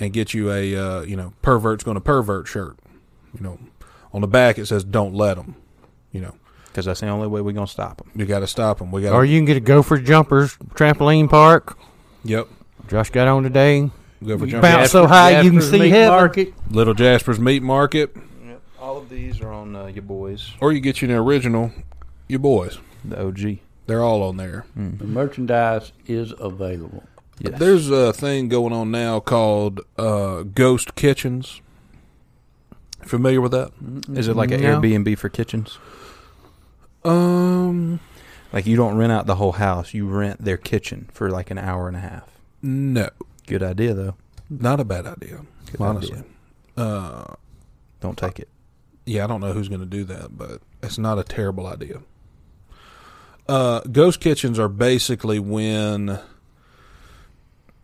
[SPEAKER 1] and get you a uh, you know pervert's going to pervert shirt. You know, on the back it says "Don't let them." You know,
[SPEAKER 2] Because that's the only way we're going to stop them.
[SPEAKER 1] we got to stop them. We got.
[SPEAKER 3] Or you can get a Gopher Jumpers trampoline park.
[SPEAKER 1] Yep.
[SPEAKER 3] Josh got on today.
[SPEAKER 1] Go for
[SPEAKER 3] You
[SPEAKER 1] jumping.
[SPEAKER 3] bounce so high you can
[SPEAKER 4] Jasper's
[SPEAKER 3] see
[SPEAKER 4] Meat
[SPEAKER 3] heaven.
[SPEAKER 4] Market.
[SPEAKER 1] Little Jasper's Meat Market,
[SPEAKER 2] Yep. All of these are on uh, your boys,
[SPEAKER 1] or you get you an original. Your boys,
[SPEAKER 2] the OG.
[SPEAKER 1] they're all on there.
[SPEAKER 4] The merchandise is available.
[SPEAKER 2] Yes.
[SPEAKER 1] There's a thing going on now called uh, ghost kitchens. Familiar with that?
[SPEAKER 2] Is
[SPEAKER 1] Mm-hmm.
[SPEAKER 2] it like an
[SPEAKER 3] No.
[SPEAKER 2] Airbnb for kitchens?
[SPEAKER 1] Um,
[SPEAKER 2] Like you don't rent out the whole house; you rent their kitchen for like an hour and a half.
[SPEAKER 1] no,
[SPEAKER 2] Good idea though.
[SPEAKER 1] not a bad idea.
[SPEAKER 2] Good
[SPEAKER 1] honestly,
[SPEAKER 2] idea.
[SPEAKER 1] Uh,
[SPEAKER 2] don't take it.
[SPEAKER 1] yeah, I don't know who's going to do that, but it's not a terrible idea. Uh, ghost kitchens are basically when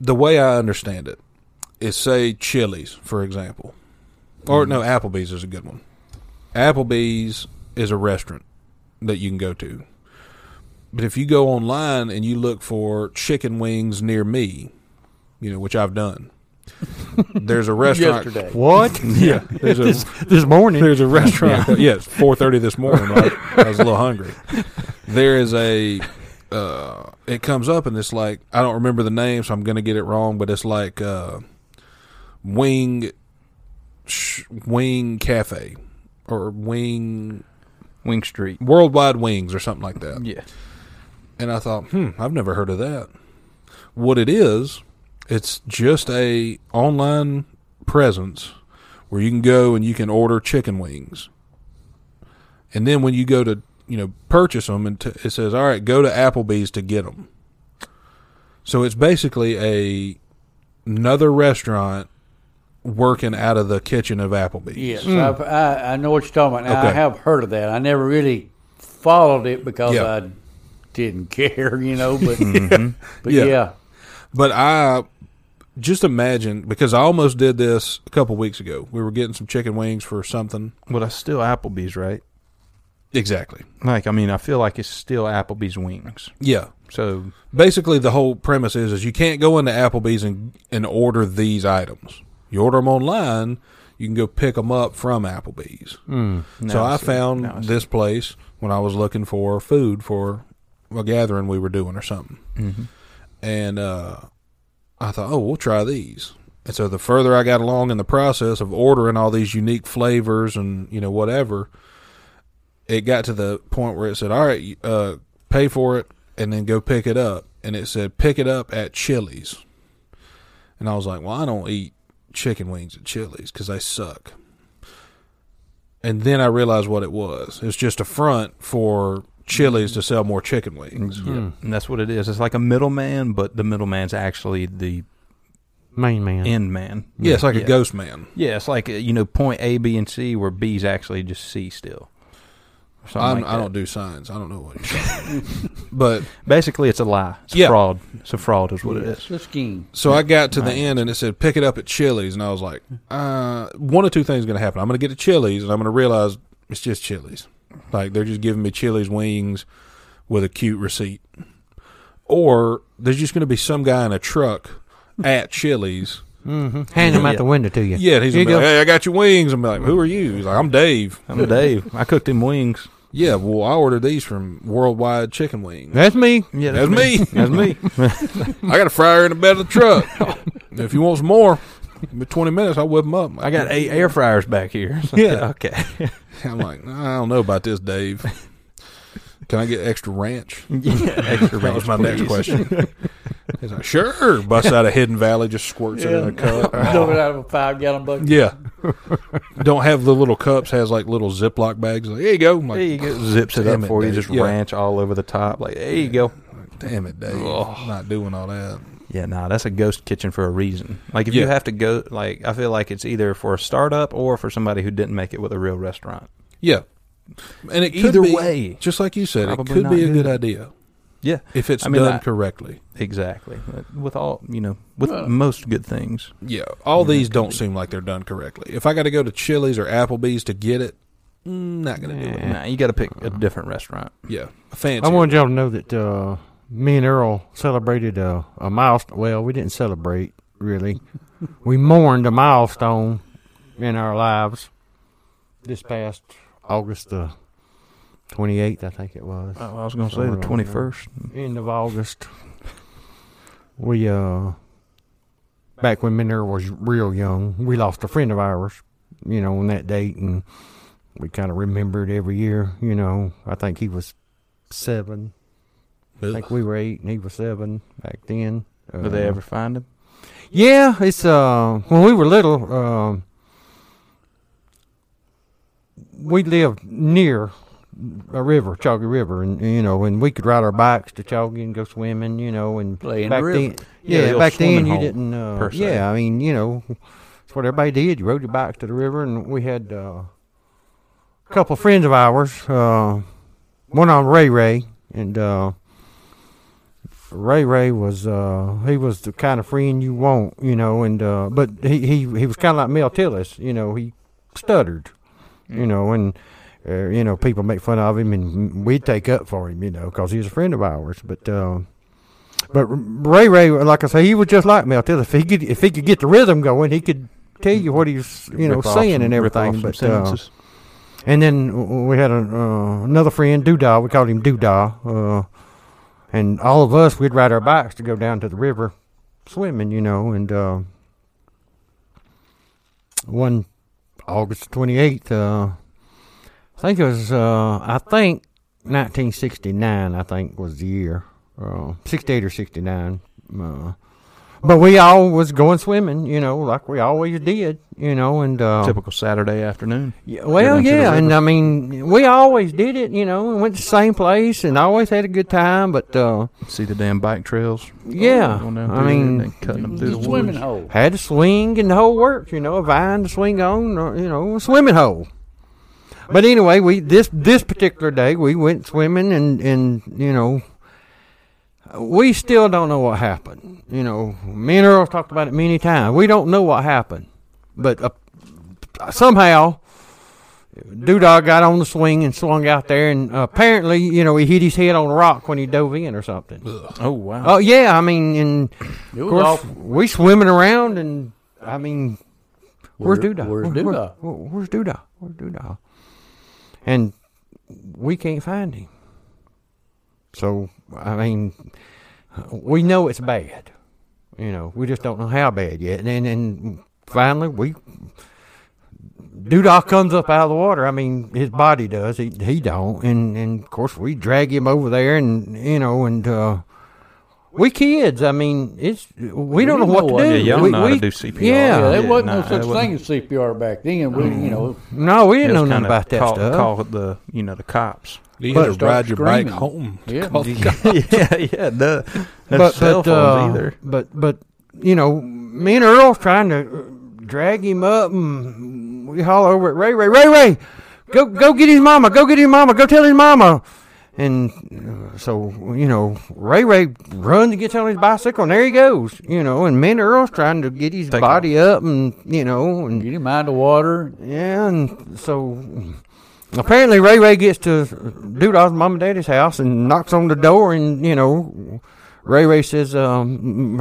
[SPEAKER 1] the way I understand it is say Chili's, for example, or no, Applebee's is a good one. Applebee's is a restaurant that you can go to. But if you go online and you look for chicken wings near me, you know, which I've done, there's a restaurant.
[SPEAKER 4] Yesterday.
[SPEAKER 2] [laughs]
[SPEAKER 3] What?
[SPEAKER 1] Yeah. There's a,
[SPEAKER 3] this this morning.
[SPEAKER 1] there's a restaurant. that- [laughs] Yeah, it's four thirty this morning. Right? I was a little hungry. There is a. Uh, it comes up and it's like I don't remember the name, so I'm gonna get it wrong. But it's like uh, wing, sh- wing cafe, or wing
[SPEAKER 2] Wing Street.
[SPEAKER 1] worldwide wings or something like that.
[SPEAKER 2] Yeah.
[SPEAKER 1] And I thought, hmm, I've never heard of that. What it is, it's just a online presence where you can go and you can order chicken wings. And then when you go to, you know, purchase them, and t- it says, all right, go to Applebee's to get them. So it's basically a another restaurant working out of the kitchen of Applebee's.
[SPEAKER 4] Yes, I've, I, I know what you're talking about. Now, I
[SPEAKER 1] Mm. Okay.
[SPEAKER 4] have heard of that. I never really followed it because
[SPEAKER 1] Yeah. Mm-hmm.
[SPEAKER 4] I didn't [laughs] care, you know. But [laughs] but
[SPEAKER 1] Yeah.
[SPEAKER 4] yeah.
[SPEAKER 1] But I just imagine because I almost did this a couple weeks ago. We were getting some chicken wings for something.
[SPEAKER 2] But I still Applebee's, right?
[SPEAKER 1] Exactly.
[SPEAKER 2] Like I mean, I feel like it's still Applebee's wings.
[SPEAKER 1] Yeah.
[SPEAKER 2] So
[SPEAKER 1] Basically, the whole premise is is you can't go into Applebee's and and order these items. You order them online. You can go pick them up from Applebee's. so
[SPEAKER 2] Hmm. now
[SPEAKER 1] I
[SPEAKER 2] see.
[SPEAKER 1] found
[SPEAKER 2] Now I see.
[SPEAKER 1] this place when I was looking for food for a gathering we were doing or something.
[SPEAKER 2] Mm-hmm.
[SPEAKER 1] And uh, I thought, oh, we'll try these. And so the further I got along in the process of ordering all these unique flavors and you know whatever, it got to the point where it said, all right, you- uh, pay for it and then go pick it up. And it said, pick it up at Chili's. And I was like, well, I don't eat chicken wings at Chili's because they suck. And then I realized what it was. It's just a front for Chili's to sell more chicken wings.
[SPEAKER 2] And that's what it is. It's like a middleman, but the middleman's actually the
[SPEAKER 3] Main man.
[SPEAKER 2] end man.
[SPEAKER 1] Yeah, it's like
[SPEAKER 2] Yeah.
[SPEAKER 1] a ghost man.
[SPEAKER 2] Yeah, it's like uh, you know point A, B, and C, where B's actually just C still. Or something
[SPEAKER 1] I'm,
[SPEAKER 2] like
[SPEAKER 1] I
[SPEAKER 2] that.
[SPEAKER 1] don't do signs. I don't know what you're talking about. [laughs] But
[SPEAKER 2] Basically, it's a lie. It's
[SPEAKER 1] Yeah.
[SPEAKER 2] a fraud. It's a fraud, is what it
[SPEAKER 4] It's
[SPEAKER 2] is.
[SPEAKER 4] a scheme.
[SPEAKER 1] so I got to the end and it said, pick it up at Chili's. And I was like, uh, one of two things going to happen. I'm going to get to Chili's and I'm going to realize it's just Chili's. Like they're just giving me Chili's wings with a cute receipt. Or there's just going to be some guy in a truck at Chili's.
[SPEAKER 3] Hand him out
[SPEAKER 2] Yeah.
[SPEAKER 3] the window to you.
[SPEAKER 1] Yeah, and he's
[SPEAKER 3] Here
[SPEAKER 1] gonna
[SPEAKER 3] you
[SPEAKER 1] be
[SPEAKER 3] go.
[SPEAKER 1] like, hey, I got your wings. I'm like, who are you? He's like, I'm Dave.
[SPEAKER 2] I'm Dave. I cooked him wings.
[SPEAKER 1] Yeah, well, I ordered these from Worldwide Chicken Wings.
[SPEAKER 3] That's me.
[SPEAKER 2] Yeah,
[SPEAKER 1] That's me.
[SPEAKER 2] That's me.
[SPEAKER 1] I got a fryer in the bed of the
[SPEAKER 3] [laughs]
[SPEAKER 1] truck. if you want some more, give me 20 minutes, I'll whip them up.
[SPEAKER 2] I got eight air fryers back here. [laughs] So,
[SPEAKER 1] Yeah.
[SPEAKER 2] Okay.
[SPEAKER 1] I'm like, I don't know about this, Dave. Can I get extra ranch?
[SPEAKER 2] [laughs] yeah. Extra
[SPEAKER 1] That was
[SPEAKER 2] ranch,
[SPEAKER 1] my next
[SPEAKER 2] please.
[SPEAKER 1] question. He's like, sure. Busts out of Hidden Valley, just squirts it in a
[SPEAKER 4] [laughs]
[SPEAKER 1] cup.
[SPEAKER 4] Dump it out of a five gallon bucket.
[SPEAKER 1] Yeah. Don't have the little cups, has like little Ziploc bags. Like, here you go. I'm like,
[SPEAKER 2] There you go. Zips it
[SPEAKER 1] Damn
[SPEAKER 2] up
[SPEAKER 1] it,
[SPEAKER 2] for you.
[SPEAKER 1] Dave.
[SPEAKER 2] Just
[SPEAKER 1] Yeah.
[SPEAKER 2] ranch all over the top. Like there you go.
[SPEAKER 1] Damn it, Dave.
[SPEAKER 2] Ugh.
[SPEAKER 1] Not doing all that.
[SPEAKER 2] Yeah, nah, that's a ghost kitchen for a reason. Like if you
[SPEAKER 1] Yeah.
[SPEAKER 2] have to go, like I feel like it's either for a startup or for somebody who didn't make it with a real restaurant.
[SPEAKER 1] Yeah. And it could
[SPEAKER 2] Either
[SPEAKER 1] be-
[SPEAKER 2] way,
[SPEAKER 1] just like you said, it
[SPEAKER 2] probably
[SPEAKER 1] could
[SPEAKER 2] not
[SPEAKER 1] be a good
[SPEAKER 2] good.
[SPEAKER 1] idea
[SPEAKER 2] Yeah,
[SPEAKER 1] if it's
[SPEAKER 2] I mean,
[SPEAKER 1] done
[SPEAKER 2] I-
[SPEAKER 1] correctly.
[SPEAKER 2] exactly. With all you know, with
[SPEAKER 4] Well-
[SPEAKER 2] most good things.
[SPEAKER 1] Yeah, all these don't seem like they're done correctly. If I got to go to Chili's or Applebee's to get it, mm, not gonna do it.
[SPEAKER 2] Nah, you got to pick a different restaurant.
[SPEAKER 1] Yeah, a fancy.
[SPEAKER 3] I wanted y'all to know that uh, me and Earl celebrated a, a milestone. Well, we didn't celebrate, really. [laughs] we mourned a milestone in our lives this past August the 28th, I think it was.
[SPEAKER 2] Oh, I was going to say
[SPEAKER 3] Somewhere
[SPEAKER 2] the
[SPEAKER 3] around there.
[SPEAKER 2] twenty first.
[SPEAKER 3] End of August. We, uh, back when Minerva was real young, we lost a friend of ours, you know, on that date, and we kind of remembered every year, you know. I think he was seven. I
[SPEAKER 1] Ugh.
[SPEAKER 3] think we were eight and he was seven back then. Uh,
[SPEAKER 2] Do they ever find him?
[SPEAKER 3] Yeah, it's uh when we were little, um we lived near a river, Choggy River, and you know, and we could ride our bikes to Choggy and go swimming, you know, and
[SPEAKER 4] Play in the
[SPEAKER 3] back
[SPEAKER 4] river.
[SPEAKER 3] then,
[SPEAKER 2] Yeah,
[SPEAKER 3] yeah,
[SPEAKER 2] the old
[SPEAKER 3] back then
[SPEAKER 2] swimming
[SPEAKER 3] you
[SPEAKER 2] hole,
[SPEAKER 3] didn't, uh,
[SPEAKER 2] per se.
[SPEAKER 3] yeah, I mean, you know, it's what everybody did. You rode your bikes to the river, and we had uh, a couple friends of ours, uh, one on Ray Ray, and uh, Ray Ray was uh, he was the kind of friend you want, you know, and uh, but he he he was kind of like Mel Tillis, you know, he stuttered, you know, and uh, you know people make fun of him, and we'd take up for him, you know, because he was a friend of ours. But uh, but Ray Ray, like I say, he was just like Mel Tillis. If he could if he could get the rhythm going, he could tell you what he was you know
[SPEAKER 2] Rip off
[SPEAKER 3] saying
[SPEAKER 2] some-
[SPEAKER 3] and
[SPEAKER 2] rip off
[SPEAKER 3] everything.
[SPEAKER 2] some
[SPEAKER 3] But uh,
[SPEAKER 2] sentences.
[SPEAKER 3] and then w- w- we had a, uh, another friend, Doodah. We called him Doodah. Uh, and all of us, we'd ride our bikes to go down to the river swimming, you know. And uh, one August 28th, uh, I think it was, uh, I think 1969, I think was the year. Uh, 68 or 69. Uh, but we all was going swimming, you know, like we always did, you know, and uh,
[SPEAKER 2] typical Saturday afternoon.
[SPEAKER 3] yeah, well,
[SPEAKER 2] down to the
[SPEAKER 3] yeah, and
[SPEAKER 2] river.
[SPEAKER 3] I mean, we always did it, you know, and went to the same place and always had a good time. But uh,
[SPEAKER 2] See the damn bike trails.
[SPEAKER 3] yeah,
[SPEAKER 2] Going down
[SPEAKER 3] I
[SPEAKER 2] through there and
[SPEAKER 3] mean,
[SPEAKER 2] then cutting them
[SPEAKER 4] It's
[SPEAKER 2] through
[SPEAKER 4] a
[SPEAKER 2] the
[SPEAKER 4] swimming
[SPEAKER 2] woods.
[SPEAKER 4] hole.
[SPEAKER 3] had a swing and the whole works, you know, a vine to swing on, or, you know, a swimming hole. But anyway, we this this particular day we went swimming and and you know, we still don't know what happened. You know, me and Earl talked about it many times. We don't know what happened, but uh, somehow. Doodog got on the swing and swung out there, and apparently, you know, he hit his head on a rock when he dove in or something.
[SPEAKER 2] Oh wow!
[SPEAKER 3] Oh yeah, I mean, and
[SPEAKER 4] It
[SPEAKER 3] of
[SPEAKER 4] was
[SPEAKER 3] course,
[SPEAKER 4] awful.
[SPEAKER 3] we swimming around, and I mean, where's
[SPEAKER 4] Where-
[SPEAKER 3] Doodah?
[SPEAKER 4] Where's
[SPEAKER 3] Where-
[SPEAKER 4] Doodah?
[SPEAKER 3] where- where's Doodah? Where's Doodah? And we can't find him. So I mean, we know it's bad. You know, we just don't know how bad yet. And and, and finally, we Doodah comes up out of the water. I mean, his body does. He he don't. And and of course, we drag him over there, and you know, and. uh we kids, I mean, it's we, don't know
[SPEAKER 4] didn't
[SPEAKER 3] what
[SPEAKER 4] know
[SPEAKER 3] to
[SPEAKER 4] what-
[SPEAKER 3] do.
[SPEAKER 2] yeah, y'all don't
[SPEAKER 3] we,
[SPEAKER 2] know how to
[SPEAKER 3] we-
[SPEAKER 2] do CPR.
[SPEAKER 4] Yeah,
[SPEAKER 3] Yeah,
[SPEAKER 4] there
[SPEAKER 2] Yeah,
[SPEAKER 4] wasn't
[SPEAKER 2] nah,
[SPEAKER 4] no
[SPEAKER 2] there
[SPEAKER 4] such thing
[SPEAKER 2] wasn't-
[SPEAKER 4] as CPR back then. We, you know,
[SPEAKER 3] no, we
[SPEAKER 2] It was
[SPEAKER 3] didn't know nothing
[SPEAKER 2] kinda
[SPEAKER 3] about that
[SPEAKER 2] call,
[SPEAKER 3] stuff.
[SPEAKER 2] Call the you know the cops.
[SPEAKER 3] [laughs]
[SPEAKER 1] You
[SPEAKER 4] But-
[SPEAKER 1] had to ride your bike
[SPEAKER 4] Screaming.
[SPEAKER 1] home. to
[SPEAKER 4] Yeah.
[SPEAKER 1] call the cops.
[SPEAKER 2] yeah, yeah, duh. There's
[SPEAKER 3] but
[SPEAKER 2] cell
[SPEAKER 3] but,
[SPEAKER 2] phones
[SPEAKER 3] uh,
[SPEAKER 2] either.
[SPEAKER 3] but but you know, me and Earl's trying to uh, drag him up, and we holler over at Ray Ray Ray Ray, go go get his mama, go get his mama, go tell his mama. And uh, so you know, Ray Ray runs and gets on his bicycle, and there he goes. You know, and me and Earl's trying to get his
[SPEAKER 2] Take
[SPEAKER 3] body up, and you know,
[SPEAKER 2] Mm.
[SPEAKER 3] and
[SPEAKER 4] get him out of the water.
[SPEAKER 3] Yeah, and so apparently Ray Ray gets to Doodah's mom and daddy's house and knocks on the door, and you know, Ray Ray says, um,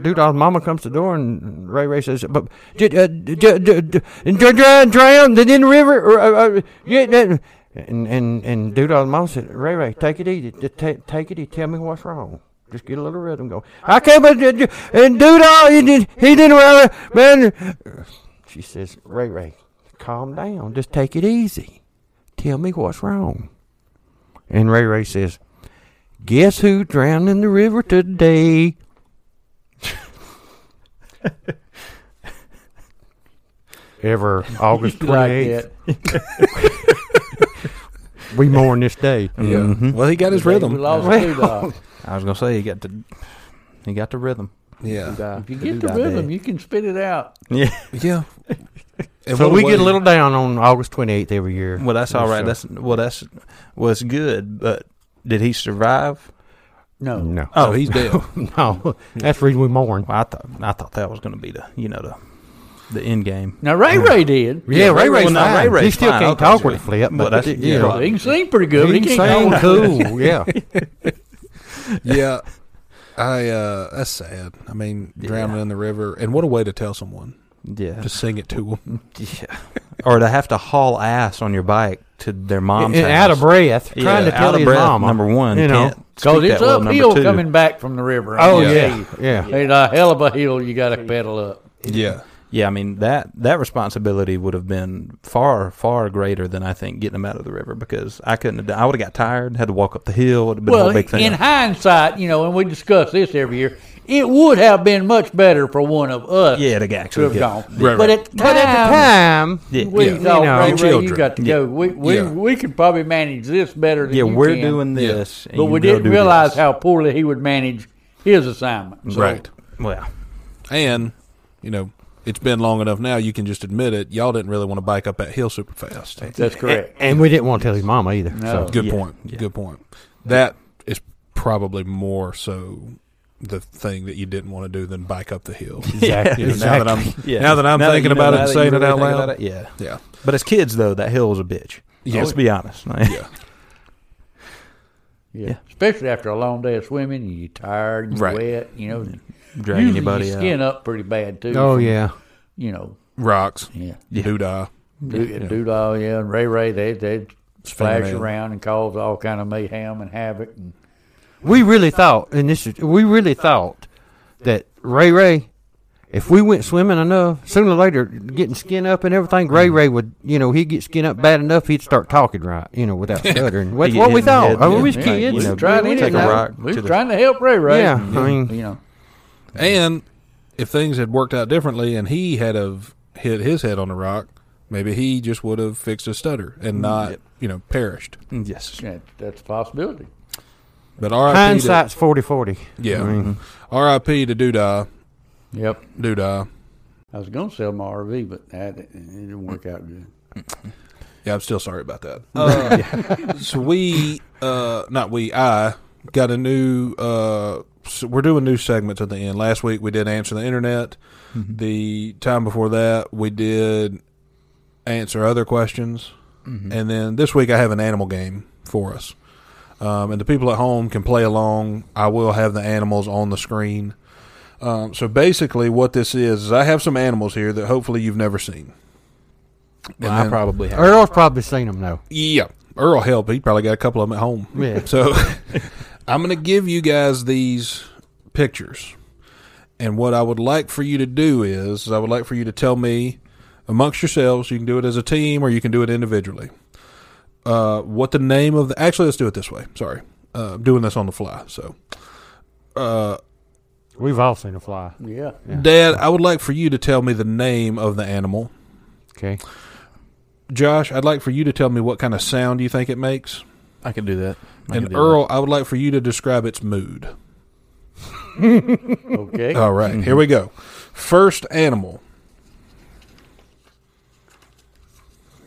[SPEAKER 3] Doodah's mama comes to the door, and Ray Ray says, but did uh, d- d- d- d- drown, drowned in the river, or, uh, uh, yeah, that- and and and Doodah's mom said, Ray Ray, take it easy, Just ta- take it easy, tell me what's wrong. Just get a little rhythm going. I can't believe, and Doodah, he did, he didn't, uh, man, she says, Ray Ray, calm down. Just take it easy. Tell me what's wrong. And Ray Ray says, Guess who drowned in the river today? [laughs] Ever August
[SPEAKER 4] Like
[SPEAKER 3] 28th.
[SPEAKER 4] that.
[SPEAKER 3] we mourn this day.
[SPEAKER 1] Yeah.
[SPEAKER 2] Mhm.
[SPEAKER 1] Well, he got his
[SPEAKER 4] Today
[SPEAKER 1] rhythm.
[SPEAKER 4] We
[SPEAKER 2] [laughs]
[SPEAKER 4] lost Doodah.
[SPEAKER 2] I was gonna say he got the he got the rhythm.
[SPEAKER 1] Yeah.
[SPEAKER 4] If you get the rhythm, you can spit it out.
[SPEAKER 2] yeah.
[SPEAKER 1] [laughs] Yeah. And
[SPEAKER 3] So
[SPEAKER 1] what
[SPEAKER 3] we
[SPEAKER 1] was
[SPEAKER 3] get a
[SPEAKER 1] it?
[SPEAKER 3] little down on August 28th every year.
[SPEAKER 2] Well, that's all right.
[SPEAKER 3] So-
[SPEAKER 2] That's well, that's was good. But did he survive?
[SPEAKER 4] No.
[SPEAKER 3] [laughs]
[SPEAKER 2] Mm.
[SPEAKER 3] no.
[SPEAKER 1] Oh, he's dead.
[SPEAKER 3] No. That's the reason we mourn.
[SPEAKER 2] Well, I thought I thought that was gonna be the you know the the end game.
[SPEAKER 4] Now Ray Ray did.
[SPEAKER 3] Yeah, Ray Ray's
[SPEAKER 2] Well, no,
[SPEAKER 3] fine.
[SPEAKER 2] Mm. Ray Ray's
[SPEAKER 3] he still
[SPEAKER 2] fine.
[SPEAKER 3] can't
[SPEAKER 2] Okay,
[SPEAKER 3] talk
[SPEAKER 2] so
[SPEAKER 3] with a
[SPEAKER 2] he-
[SPEAKER 3] flip,
[SPEAKER 2] well,
[SPEAKER 3] but
[SPEAKER 2] that's-
[SPEAKER 3] it-
[SPEAKER 2] yeah,
[SPEAKER 3] you know,
[SPEAKER 2] right.
[SPEAKER 4] He can sing pretty good, but he
[SPEAKER 3] He can
[SPEAKER 4] can't talk.
[SPEAKER 3] sing
[SPEAKER 4] [laughs]
[SPEAKER 3] cool, yeah.
[SPEAKER 1] yeah. I uh that's sad. I mean, drowning in the river. And what a way to tell someone.
[SPEAKER 2] Yeah,
[SPEAKER 1] To sing it to them.
[SPEAKER 2] yeah. [laughs] or to have to haul ass on your bike to their mom's
[SPEAKER 3] and
[SPEAKER 2] house.
[SPEAKER 3] out of breath,
[SPEAKER 2] Yeah,
[SPEAKER 3] trying to
[SPEAKER 2] out
[SPEAKER 3] tell
[SPEAKER 2] of
[SPEAKER 3] his
[SPEAKER 2] breath,
[SPEAKER 3] mama.
[SPEAKER 2] Number one,
[SPEAKER 3] you know,
[SPEAKER 2] can't speak
[SPEAKER 4] Because it's
[SPEAKER 2] that well. Number
[SPEAKER 4] uphill
[SPEAKER 2] two,
[SPEAKER 4] coming back from the river.
[SPEAKER 3] Oh
[SPEAKER 1] Yeah.
[SPEAKER 3] yeah, yeah.
[SPEAKER 4] It's a hell of a hill you got to pedal up.
[SPEAKER 1] Yeah.
[SPEAKER 2] Yeah, I mean that that responsibility would have been far far greater than I think getting him out of the river because I couldn't. have done, I would have got tired, had to walk up the hill. It would have been a
[SPEAKER 4] Well,
[SPEAKER 2] whole big thing.
[SPEAKER 4] in hindsight, you know, and we discuss this every year. It would have been much better for one of us
[SPEAKER 2] Yeah, to
[SPEAKER 4] to
[SPEAKER 2] actually
[SPEAKER 4] have
[SPEAKER 2] get-
[SPEAKER 4] gone.
[SPEAKER 1] Right,
[SPEAKER 4] But
[SPEAKER 1] right.
[SPEAKER 4] at the
[SPEAKER 3] But at the
[SPEAKER 4] time,
[SPEAKER 3] time,
[SPEAKER 2] Yeah,
[SPEAKER 4] we
[SPEAKER 2] yeah.
[SPEAKER 4] thought,
[SPEAKER 3] You know,
[SPEAKER 4] Ray,
[SPEAKER 1] the
[SPEAKER 4] Ray, you
[SPEAKER 1] children.
[SPEAKER 4] got to
[SPEAKER 2] Yeah.
[SPEAKER 4] go. We we,
[SPEAKER 1] Yeah.
[SPEAKER 4] we could probably manage this better than
[SPEAKER 2] yeah,
[SPEAKER 4] you
[SPEAKER 2] we're
[SPEAKER 4] can.
[SPEAKER 2] doing
[SPEAKER 1] Yeah.
[SPEAKER 2] this. and
[SPEAKER 4] But
[SPEAKER 2] you
[SPEAKER 4] we
[SPEAKER 2] go
[SPEAKER 4] didn't
[SPEAKER 2] do
[SPEAKER 4] realize
[SPEAKER 2] this.
[SPEAKER 4] how poorly he would manage his assignment. So
[SPEAKER 1] right.
[SPEAKER 2] Well,
[SPEAKER 1] And, you know, it's been long enough now, you can just admit it. Y'all didn't really want to bike up that hill super fast.
[SPEAKER 2] [laughs]
[SPEAKER 4] That's correct.
[SPEAKER 3] and we didn't want to tell his mama either.
[SPEAKER 4] No.
[SPEAKER 1] Good
[SPEAKER 2] Yeah,
[SPEAKER 1] point.
[SPEAKER 2] yeah.
[SPEAKER 1] Good point. That is probably more so the thing that you didn't want to do than bike up the
[SPEAKER 2] [laughs]
[SPEAKER 1] hill.
[SPEAKER 3] Exactly.
[SPEAKER 1] You know, Now that I'm
[SPEAKER 2] yeah.
[SPEAKER 1] now that I'm thinking
[SPEAKER 2] you know,
[SPEAKER 1] about it
[SPEAKER 2] now
[SPEAKER 1] and
[SPEAKER 2] that you
[SPEAKER 1] saying it
[SPEAKER 2] really
[SPEAKER 1] out
[SPEAKER 2] think
[SPEAKER 1] loud.
[SPEAKER 2] about it, yeah.
[SPEAKER 1] Yeah.
[SPEAKER 2] But as kids, though, that hill was a bitch.
[SPEAKER 1] Yeah.
[SPEAKER 2] Let's be honest.
[SPEAKER 1] Yeah.
[SPEAKER 4] Yeah.
[SPEAKER 2] Yeah.
[SPEAKER 4] Especially after a long day of swimming and you're tired and you're
[SPEAKER 1] Right.
[SPEAKER 4] wet, you know.
[SPEAKER 2] [laughs] Mm-hmm. Drag
[SPEAKER 4] usually
[SPEAKER 2] anybody
[SPEAKER 4] your
[SPEAKER 2] out.
[SPEAKER 4] skin up pretty bad too.
[SPEAKER 3] Oh
[SPEAKER 4] from,
[SPEAKER 3] yeah.
[SPEAKER 4] You know,
[SPEAKER 1] Rocks.
[SPEAKER 4] yeah.
[SPEAKER 2] Yeah.
[SPEAKER 1] Doodah.
[SPEAKER 4] Do- Doodle, yeah, and Ray Ray, they they splash
[SPEAKER 1] Fingernail.
[SPEAKER 4] around and cause all kind of mayhem and havoc. And,
[SPEAKER 3] We really thought, and this is, we really thought that Ray Ray, if we went swimming enough, sooner or later, getting skin up and everything, Ray
[SPEAKER 2] Mm-hmm.
[SPEAKER 3] Ray would, you know, he'd get skin up bad enough, he'd start talking right, you know,
[SPEAKER 2] [laughs]
[SPEAKER 3] without stuttering. That's
[SPEAKER 2] He'd get
[SPEAKER 3] what
[SPEAKER 2] hit
[SPEAKER 3] we
[SPEAKER 2] in the
[SPEAKER 3] thought.
[SPEAKER 2] head,
[SPEAKER 3] I mean,
[SPEAKER 2] yeah.
[SPEAKER 3] we was
[SPEAKER 2] Yeah,
[SPEAKER 3] kids.
[SPEAKER 2] you know,
[SPEAKER 3] we
[SPEAKER 4] tried
[SPEAKER 3] didn't
[SPEAKER 2] take a
[SPEAKER 3] know.
[SPEAKER 2] rock.
[SPEAKER 4] we
[SPEAKER 2] to
[SPEAKER 4] was
[SPEAKER 2] the-
[SPEAKER 4] trying to help Ray Ray.
[SPEAKER 3] Yeah,
[SPEAKER 4] and,
[SPEAKER 3] I mean-
[SPEAKER 4] you know,
[SPEAKER 1] And if things had worked out differently and he had have hit his head on the rock, maybe he just would have fixed his stutter and not,
[SPEAKER 2] Mm, Yep.
[SPEAKER 1] you know, perished.
[SPEAKER 2] Mm, Yes.
[SPEAKER 4] yeah, that's a possibility.
[SPEAKER 1] But RIP to,
[SPEAKER 3] Hindsight's 40 40.
[SPEAKER 1] yeah.
[SPEAKER 3] I
[SPEAKER 2] Mm-hmm.
[SPEAKER 3] mean,
[SPEAKER 1] RIP to Doodah.
[SPEAKER 4] Yep,
[SPEAKER 1] Doodah.
[SPEAKER 4] I was gonna sell my RV, but that it didn't work out good.
[SPEAKER 1] Yeah, I'm still sorry about that. [laughs] Uh, so we, uh, not we, I got a new. Uh, so we're doing new segments at the end. Last week we did answer the internet. Mm-hmm. The time before that we did answer other questions, and then this week I have an animal game for us. Um, and the people at home can play along. I will have the animals on the screen. Um, so basically, what this is is I have some animals here that hopefully you've never seen.
[SPEAKER 2] Well,
[SPEAKER 1] And
[SPEAKER 2] I
[SPEAKER 1] then-
[SPEAKER 2] probably have.
[SPEAKER 3] Earl's probably seen them, though.
[SPEAKER 1] yeah. Earl help. He probably got a couple of them at home.
[SPEAKER 3] Yeah.
[SPEAKER 1] So [laughs] I'm going to give you guys these pictures. And what I would like for you to do is, I would like for you to tell me amongst yourselves, you can do it as a team or you can do it individually. Uh, what the name of the. Actually, let's do it this way. Sorry. Uh, I'm doing this on the fly. So, uh,
[SPEAKER 3] We've all seen a fly.
[SPEAKER 4] Yeah,
[SPEAKER 1] Dad, I would like for you to tell me the name of the animal.
[SPEAKER 3] Okay.
[SPEAKER 1] Josh, I'd like for you to tell me what kind of sound you think it makes.
[SPEAKER 2] I could do that. I could
[SPEAKER 1] And
[SPEAKER 2] do
[SPEAKER 1] Earl, I would like for you to describe its mood.
[SPEAKER 4] [laughs] okay.
[SPEAKER 1] All right, here we go. First animal.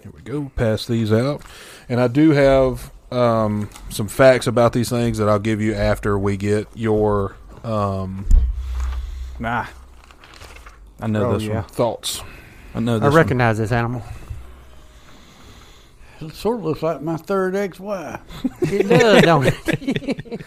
[SPEAKER 1] Here we go. Pass these out. And I do have um, some facts about these things that I'll give you after we get your um,
[SPEAKER 2] that. Nah. I know
[SPEAKER 3] Oh,
[SPEAKER 2] this
[SPEAKER 3] yeah.
[SPEAKER 2] one.
[SPEAKER 1] thoughts.
[SPEAKER 2] I know
[SPEAKER 3] I
[SPEAKER 2] this
[SPEAKER 3] recognize this animal.
[SPEAKER 4] It sort of looks like my third XY.
[SPEAKER 3] It does, don't it?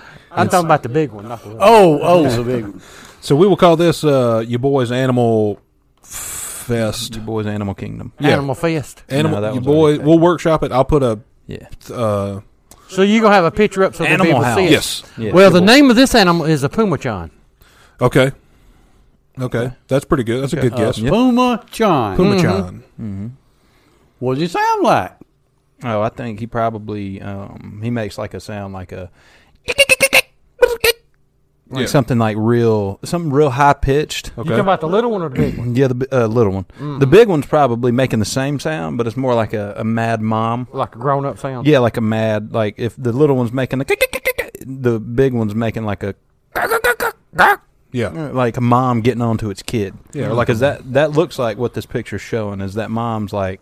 [SPEAKER 3] [laughs] I'm talking about the big one, not the little
[SPEAKER 4] Oh, oh, the big one.
[SPEAKER 1] So we will call this uh, your boy's animal fest.
[SPEAKER 2] one. Your boy's Animal Kingdom.
[SPEAKER 3] one. Animal Fest.
[SPEAKER 1] Animal,
[SPEAKER 2] No, that
[SPEAKER 1] your
[SPEAKER 2] one's already
[SPEAKER 1] boy. We'll workshop it. I'll put a.
[SPEAKER 2] Yeah.
[SPEAKER 1] Uh,
[SPEAKER 3] So you're going to have a picture up so that
[SPEAKER 2] Animal
[SPEAKER 3] people
[SPEAKER 2] House.
[SPEAKER 3] see it.
[SPEAKER 1] yes.
[SPEAKER 2] yeah.
[SPEAKER 3] Well, the
[SPEAKER 2] Your boy-
[SPEAKER 3] name of this animal is a pumachan.
[SPEAKER 1] Okay. Okay. That's pretty good. That's a good guess.
[SPEAKER 2] Yep.
[SPEAKER 4] Puma John.
[SPEAKER 1] Pumachan.
[SPEAKER 4] What does he sound like?
[SPEAKER 2] Oh, I think he probably um, he makes like a sound like a like
[SPEAKER 1] Yeah.
[SPEAKER 2] something like real something real high pitched.
[SPEAKER 3] You talking about the little one or the big one?
[SPEAKER 2] Yeah, the bi- uh, little one.
[SPEAKER 3] Mm-hmm.
[SPEAKER 2] The big one's probably making the same sound, but it's more like a, a mad mom.
[SPEAKER 3] Like a grown up sound?
[SPEAKER 2] Yeah, like a mad like if the little one's making the the big one's making like a
[SPEAKER 1] Yeah.
[SPEAKER 2] like a mom getting onto its kid.
[SPEAKER 1] Yeah, or like
[SPEAKER 2] because
[SPEAKER 1] a-
[SPEAKER 2] that that looks like what this picture's showing is that mom's like,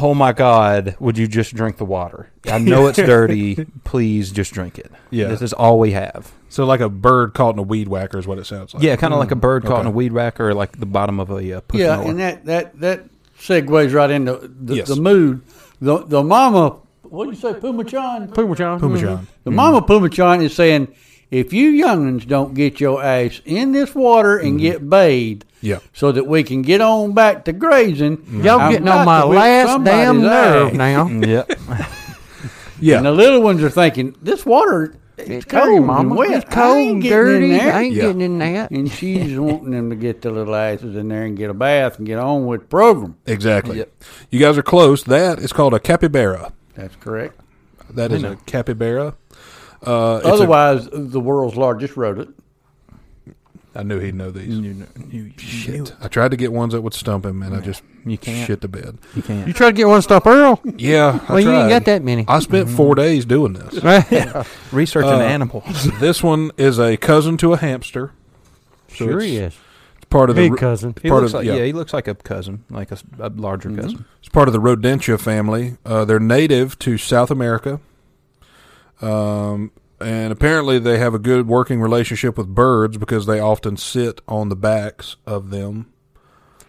[SPEAKER 2] "Oh my God, would you just drink the water? I know [laughs] it's dirty. Please just drink it.
[SPEAKER 1] Yeah.
[SPEAKER 2] this is all we have.
[SPEAKER 1] So like a bird caught in a weed whacker is what it sounds like.
[SPEAKER 2] Yeah, kind of like a bird caught in a
[SPEAKER 1] Okay.
[SPEAKER 2] weed whack or like the bottom of a uh, pussy
[SPEAKER 4] Yeah,
[SPEAKER 2] door. [laughs]
[SPEAKER 4] and that that that segues right into the,
[SPEAKER 1] Yes.
[SPEAKER 4] the mood. The the mama, what do you say, Puma John?
[SPEAKER 3] Pumachan.
[SPEAKER 1] Pumachan.
[SPEAKER 4] The mama Puma John is saying, if you youngins don't get your ass in this water and get bathed,
[SPEAKER 1] Yeah.
[SPEAKER 4] so that we can get on back to grazing.
[SPEAKER 3] Y'all
[SPEAKER 4] I'm
[SPEAKER 3] getting on
[SPEAKER 4] about
[SPEAKER 3] my
[SPEAKER 4] to whip
[SPEAKER 3] last
[SPEAKER 4] somebody's
[SPEAKER 3] damn nerve
[SPEAKER 4] ass."
[SPEAKER 3] now.
[SPEAKER 2] yep.
[SPEAKER 1] Yeah.
[SPEAKER 4] And the little ones are thinking, this water [laughs] it's cold,
[SPEAKER 3] Dirty,
[SPEAKER 4] and
[SPEAKER 3] mama.
[SPEAKER 4] wet.
[SPEAKER 3] It's
[SPEAKER 4] I ain't
[SPEAKER 3] cold,
[SPEAKER 4] getting in
[SPEAKER 3] dirty.
[SPEAKER 4] there."
[SPEAKER 3] I ain't
[SPEAKER 1] Yeah.
[SPEAKER 3] getting in that.
[SPEAKER 4] and
[SPEAKER 3] [laughs]
[SPEAKER 4] she's wanting them to get their little asses in there and get a bath and get on with the program.
[SPEAKER 1] Exactly.
[SPEAKER 2] Yep.
[SPEAKER 1] You guys are close. That is called a capybara.
[SPEAKER 4] That's correct.
[SPEAKER 1] That is a capybara. Uh, it's a-
[SPEAKER 4] Otherwise, the world's largest rodent.
[SPEAKER 1] I knew he'd know these.
[SPEAKER 2] You, kn- you, you knew
[SPEAKER 1] Shit.
[SPEAKER 2] it.
[SPEAKER 1] I tried to get ones that would stump him, and I just
[SPEAKER 2] You can't.
[SPEAKER 1] shit the bed.
[SPEAKER 2] You can't.
[SPEAKER 3] You try to get one stuff,
[SPEAKER 4] [laughs]
[SPEAKER 3] Earl? [laughs]
[SPEAKER 1] Yeah, I
[SPEAKER 3] Well, you ain't
[SPEAKER 1] tried.
[SPEAKER 3] got that many.
[SPEAKER 1] I spent four days doing
[SPEAKER 3] [laughs]
[SPEAKER 1] this.
[SPEAKER 2] Research
[SPEAKER 1] Uh,
[SPEAKER 2] an animal.
[SPEAKER 1] this one is a cousin to a hamster. So
[SPEAKER 3] sure
[SPEAKER 1] it's
[SPEAKER 3] he is.
[SPEAKER 1] Part of the
[SPEAKER 3] Big
[SPEAKER 1] ro-
[SPEAKER 3] cousin.
[SPEAKER 2] He
[SPEAKER 1] part
[SPEAKER 2] looks
[SPEAKER 1] of-
[SPEAKER 2] like
[SPEAKER 1] yeah. Mm-hmm.
[SPEAKER 2] yeah. he looks like a cousin, like a, s- a larger cousin.
[SPEAKER 1] It's part of the Rodentia family. Uh, they're native to South America. Um, and apparently they have a good working relationship with birds because they often sit on the backs of them.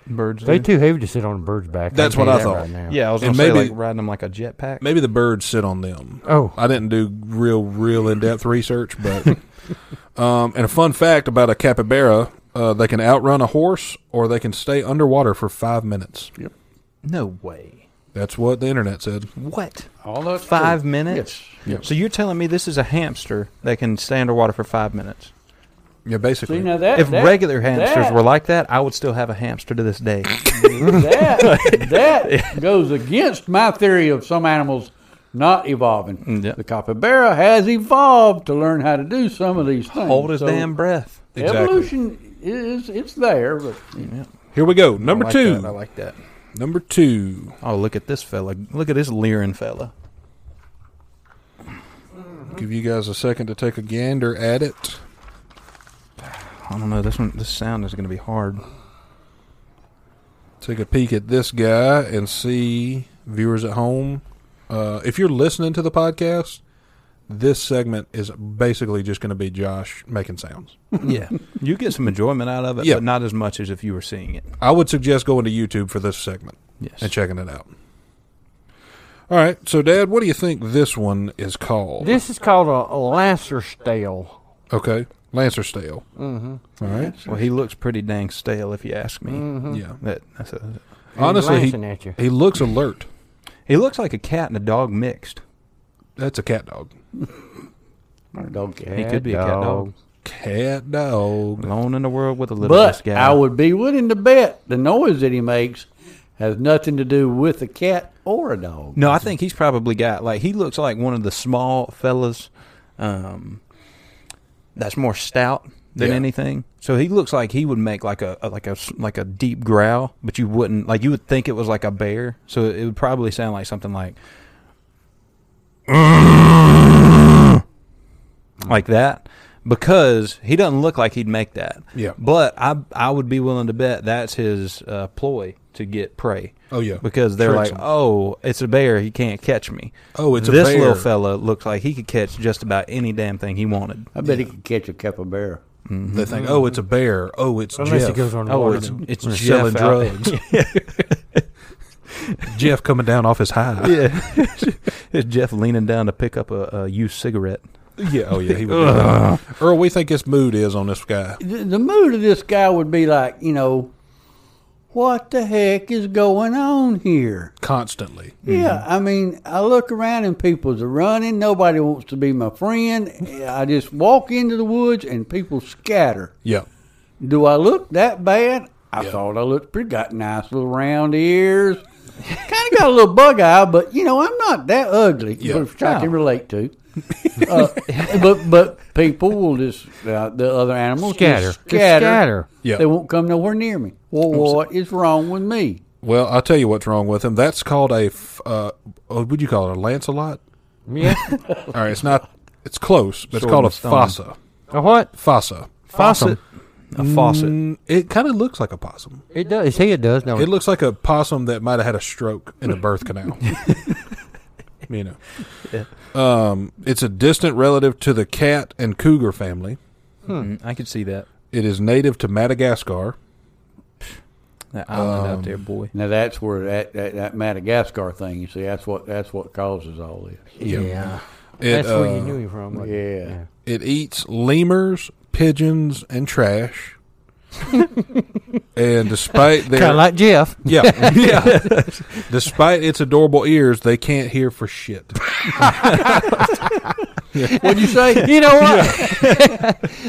[SPEAKER 2] Birds.
[SPEAKER 3] They
[SPEAKER 2] do.
[SPEAKER 3] too heavy to sit on a bird's back.
[SPEAKER 1] That's
[SPEAKER 3] I'll
[SPEAKER 1] what I
[SPEAKER 3] tell you that
[SPEAKER 1] thought.
[SPEAKER 3] right now.
[SPEAKER 2] yeah, I was gonna
[SPEAKER 1] And
[SPEAKER 2] say
[SPEAKER 1] maybe-
[SPEAKER 2] like riding them like a jetpack.
[SPEAKER 1] Maybe the birds sit on them.
[SPEAKER 3] Oh,
[SPEAKER 1] I didn't do real, real in depth research, but. [laughs] Um, and a fun fact about a capybara uh, they can outrun a horse or they can stay underwater for five minutes.
[SPEAKER 2] No way.
[SPEAKER 1] That's what the internet said.
[SPEAKER 2] What?
[SPEAKER 4] All that's
[SPEAKER 2] Five
[SPEAKER 4] true.
[SPEAKER 2] minutes?
[SPEAKER 4] Yes.
[SPEAKER 2] So you're telling me this is a hamster that can stay underwater for five minutes?
[SPEAKER 1] Yeah, basically.
[SPEAKER 4] See now that
[SPEAKER 2] if
[SPEAKER 4] that-
[SPEAKER 2] regular hamsters
[SPEAKER 4] that-
[SPEAKER 2] were like that, I would still have a hamster to this
[SPEAKER 4] [coughs]
[SPEAKER 2] day. [laughs]
[SPEAKER 4] that that goes against my theory of some animals not evolving.
[SPEAKER 2] Yeah.
[SPEAKER 4] The capybara has evolved to learn how to do some of these things.
[SPEAKER 2] Hold his
[SPEAKER 4] So
[SPEAKER 2] damn breath.
[SPEAKER 1] Exactly.
[SPEAKER 4] Evolution is it's there, but
[SPEAKER 1] Here we go. Number
[SPEAKER 2] I like
[SPEAKER 1] two.
[SPEAKER 2] That. I like that.
[SPEAKER 1] Number two.
[SPEAKER 2] Oh, look at this fella. Look at this leering fella.
[SPEAKER 1] Give you guys a second to take a gander at it.
[SPEAKER 2] I don't know. This one. This sound is going to be
[SPEAKER 4] [laughs]
[SPEAKER 2] hard.
[SPEAKER 1] Take a peek at this guy and see viewers at home. Uh, if you're listening to the podcast, this segment is basically just going to be Josh making sounds.
[SPEAKER 2] yeah, you get some enjoyment out of it,
[SPEAKER 1] Yeah.
[SPEAKER 2] but not as much as if you were seeing it.
[SPEAKER 1] I would suggest going to YouTube for this segment
[SPEAKER 2] Yes.
[SPEAKER 1] and checking it out. All right, so Dad, what do you think this one is called?
[SPEAKER 3] this is called a, a lancer stale.
[SPEAKER 1] okay, Lancer Stale. Mm-hmm. right,
[SPEAKER 2] Well, he looks pretty dang stale, if you ask me.
[SPEAKER 4] Mm-hmm.
[SPEAKER 1] yeah.
[SPEAKER 2] That that's a,
[SPEAKER 1] Honestly,
[SPEAKER 3] He's
[SPEAKER 1] he,
[SPEAKER 3] glancing at you.
[SPEAKER 1] he looks alert.
[SPEAKER 2] he looks like a cat and a dog mixed.
[SPEAKER 1] That's a cat dog.
[SPEAKER 4] I don't care.
[SPEAKER 2] he could be a cat dog.
[SPEAKER 1] Cat dog.
[SPEAKER 2] Alone in the world with a little
[SPEAKER 4] But
[SPEAKER 2] guy.
[SPEAKER 4] I would be willing to bet the noise that he makes has nothing to do with a cat or a dog.
[SPEAKER 2] No, I think he's probably got like he looks like one of the small fellas, um, that's more stout than
[SPEAKER 1] Yeah.
[SPEAKER 2] anything. So he looks like he would make like a, a like a s- like a deep growl, but you wouldn't like you would think it was like a bear. So it would probably sound like something like like that because he doesn't look like he'd make that.
[SPEAKER 1] Yeah.
[SPEAKER 2] But I I would be willing to bet that's his uh, ploy to get prey
[SPEAKER 1] Oh yeah,
[SPEAKER 2] because they're
[SPEAKER 1] Tricks
[SPEAKER 2] like,
[SPEAKER 1] 'em.
[SPEAKER 2] oh, it's a bear. He can't catch me.
[SPEAKER 1] Oh, it's a
[SPEAKER 2] this
[SPEAKER 1] bear.
[SPEAKER 2] little fella looks like he could catch just about any damn thing he wanted.
[SPEAKER 4] I bet he could catch a capybara.
[SPEAKER 1] They think, oh, it's a bear. Oh, it's
[SPEAKER 3] Unless
[SPEAKER 1] Jeff.
[SPEAKER 3] he goes on
[SPEAKER 2] Oh,
[SPEAKER 3] water.
[SPEAKER 2] it's it's
[SPEAKER 1] We're
[SPEAKER 2] Jeff
[SPEAKER 1] selling
[SPEAKER 2] out- [laughs]
[SPEAKER 1] drugs. Jeff coming down off his high.
[SPEAKER 2] [laughs]
[SPEAKER 1] Yeah,
[SPEAKER 2] it's Jeff leaning down to pick up a, a used cigarette.
[SPEAKER 1] Oh yeah, he would. do that. Earl, we think his mood is on this guy.
[SPEAKER 4] The, the mood of this guy would be like, you know, what the heck is going on here?
[SPEAKER 1] Constantly,
[SPEAKER 4] Yeah, I mean, I look around and people's are running. Nobody wants to be my friend. I just walk into the woods and people scatter.
[SPEAKER 1] yeah,
[SPEAKER 4] Do I look that bad? I
[SPEAKER 1] Yeah.
[SPEAKER 4] thought I looked pretty. Got nice little round ears. kind of got a little bug eye, but you know, I'm not that ugly,
[SPEAKER 1] Yeah.
[SPEAKER 4] which I can
[SPEAKER 2] No.
[SPEAKER 4] relate to. Uh, but but people will just uh, the other animals
[SPEAKER 3] Scatter.
[SPEAKER 4] just
[SPEAKER 3] Just
[SPEAKER 4] scatter.
[SPEAKER 3] scatter.
[SPEAKER 1] Yeah.
[SPEAKER 4] They won't come nowhere near me. Well, what is wrong with me?
[SPEAKER 1] Well, I'll tell you what's wrong with him. That's called a. f- Uh, what would you call it? A Lancelot?
[SPEAKER 3] Yeah.
[SPEAKER 1] All right, it's not. It's close, but it's
[SPEAKER 2] Sword
[SPEAKER 1] called a
[SPEAKER 2] and stone.
[SPEAKER 1] fossa.
[SPEAKER 3] [laughs] a what?
[SPEAKER 1] Fossa.
[SPEAKER 3] Possum.
[SPEAKER 2] A faucet.
[SPEAKER 1] Mm, it kind of looks like a possum.
[SPEAKER 3] It does. His head does. No.
[SPEAKER 1] It looks like a possum that might have had a stroke in a birth
[SPEAKER 3] [laughs]
[SPEAKER 1] canal. [laughs] you know, um, it's a distant relative to the cat and cougar family.
[SPEAKER 2] Mm, I could see that.
[SPEAKER 1] It is native to Madagascar.
[SPEAKER 2] That island
[SPEAKER 1] Um,
[SPEAKER 2] out there, boy.
[SPEAKER 4] Now that's where that, that, that Madagascar thing. You see, that's what that's what causes all this.
[SPEAKER 3] yeah.
[SPEAKER 1] It,
[SPEAKER 3] That's where you
[SPEAKER 1] uh,
[SPEAKER 3] knew him from. wasn't it?
[SPEAKER 4] Yeah.
[SPEAKER 1] It eats lemurs, pigeons, and
[SPEAKER 3] [laughs]
[SPEAKER 1] trash. and despite
[SPEAKER 3] Kind
[SPEAKER 1] their
[SPEAKER 3] of like Jeff. [laughs]
[SPEAKER 1] yeah yeah, [laughs] despite its adorable ears, they can't hear for shit.
[SPEAKER 4] What'd you say?
[SPEAKER 3] [laughs] You know what?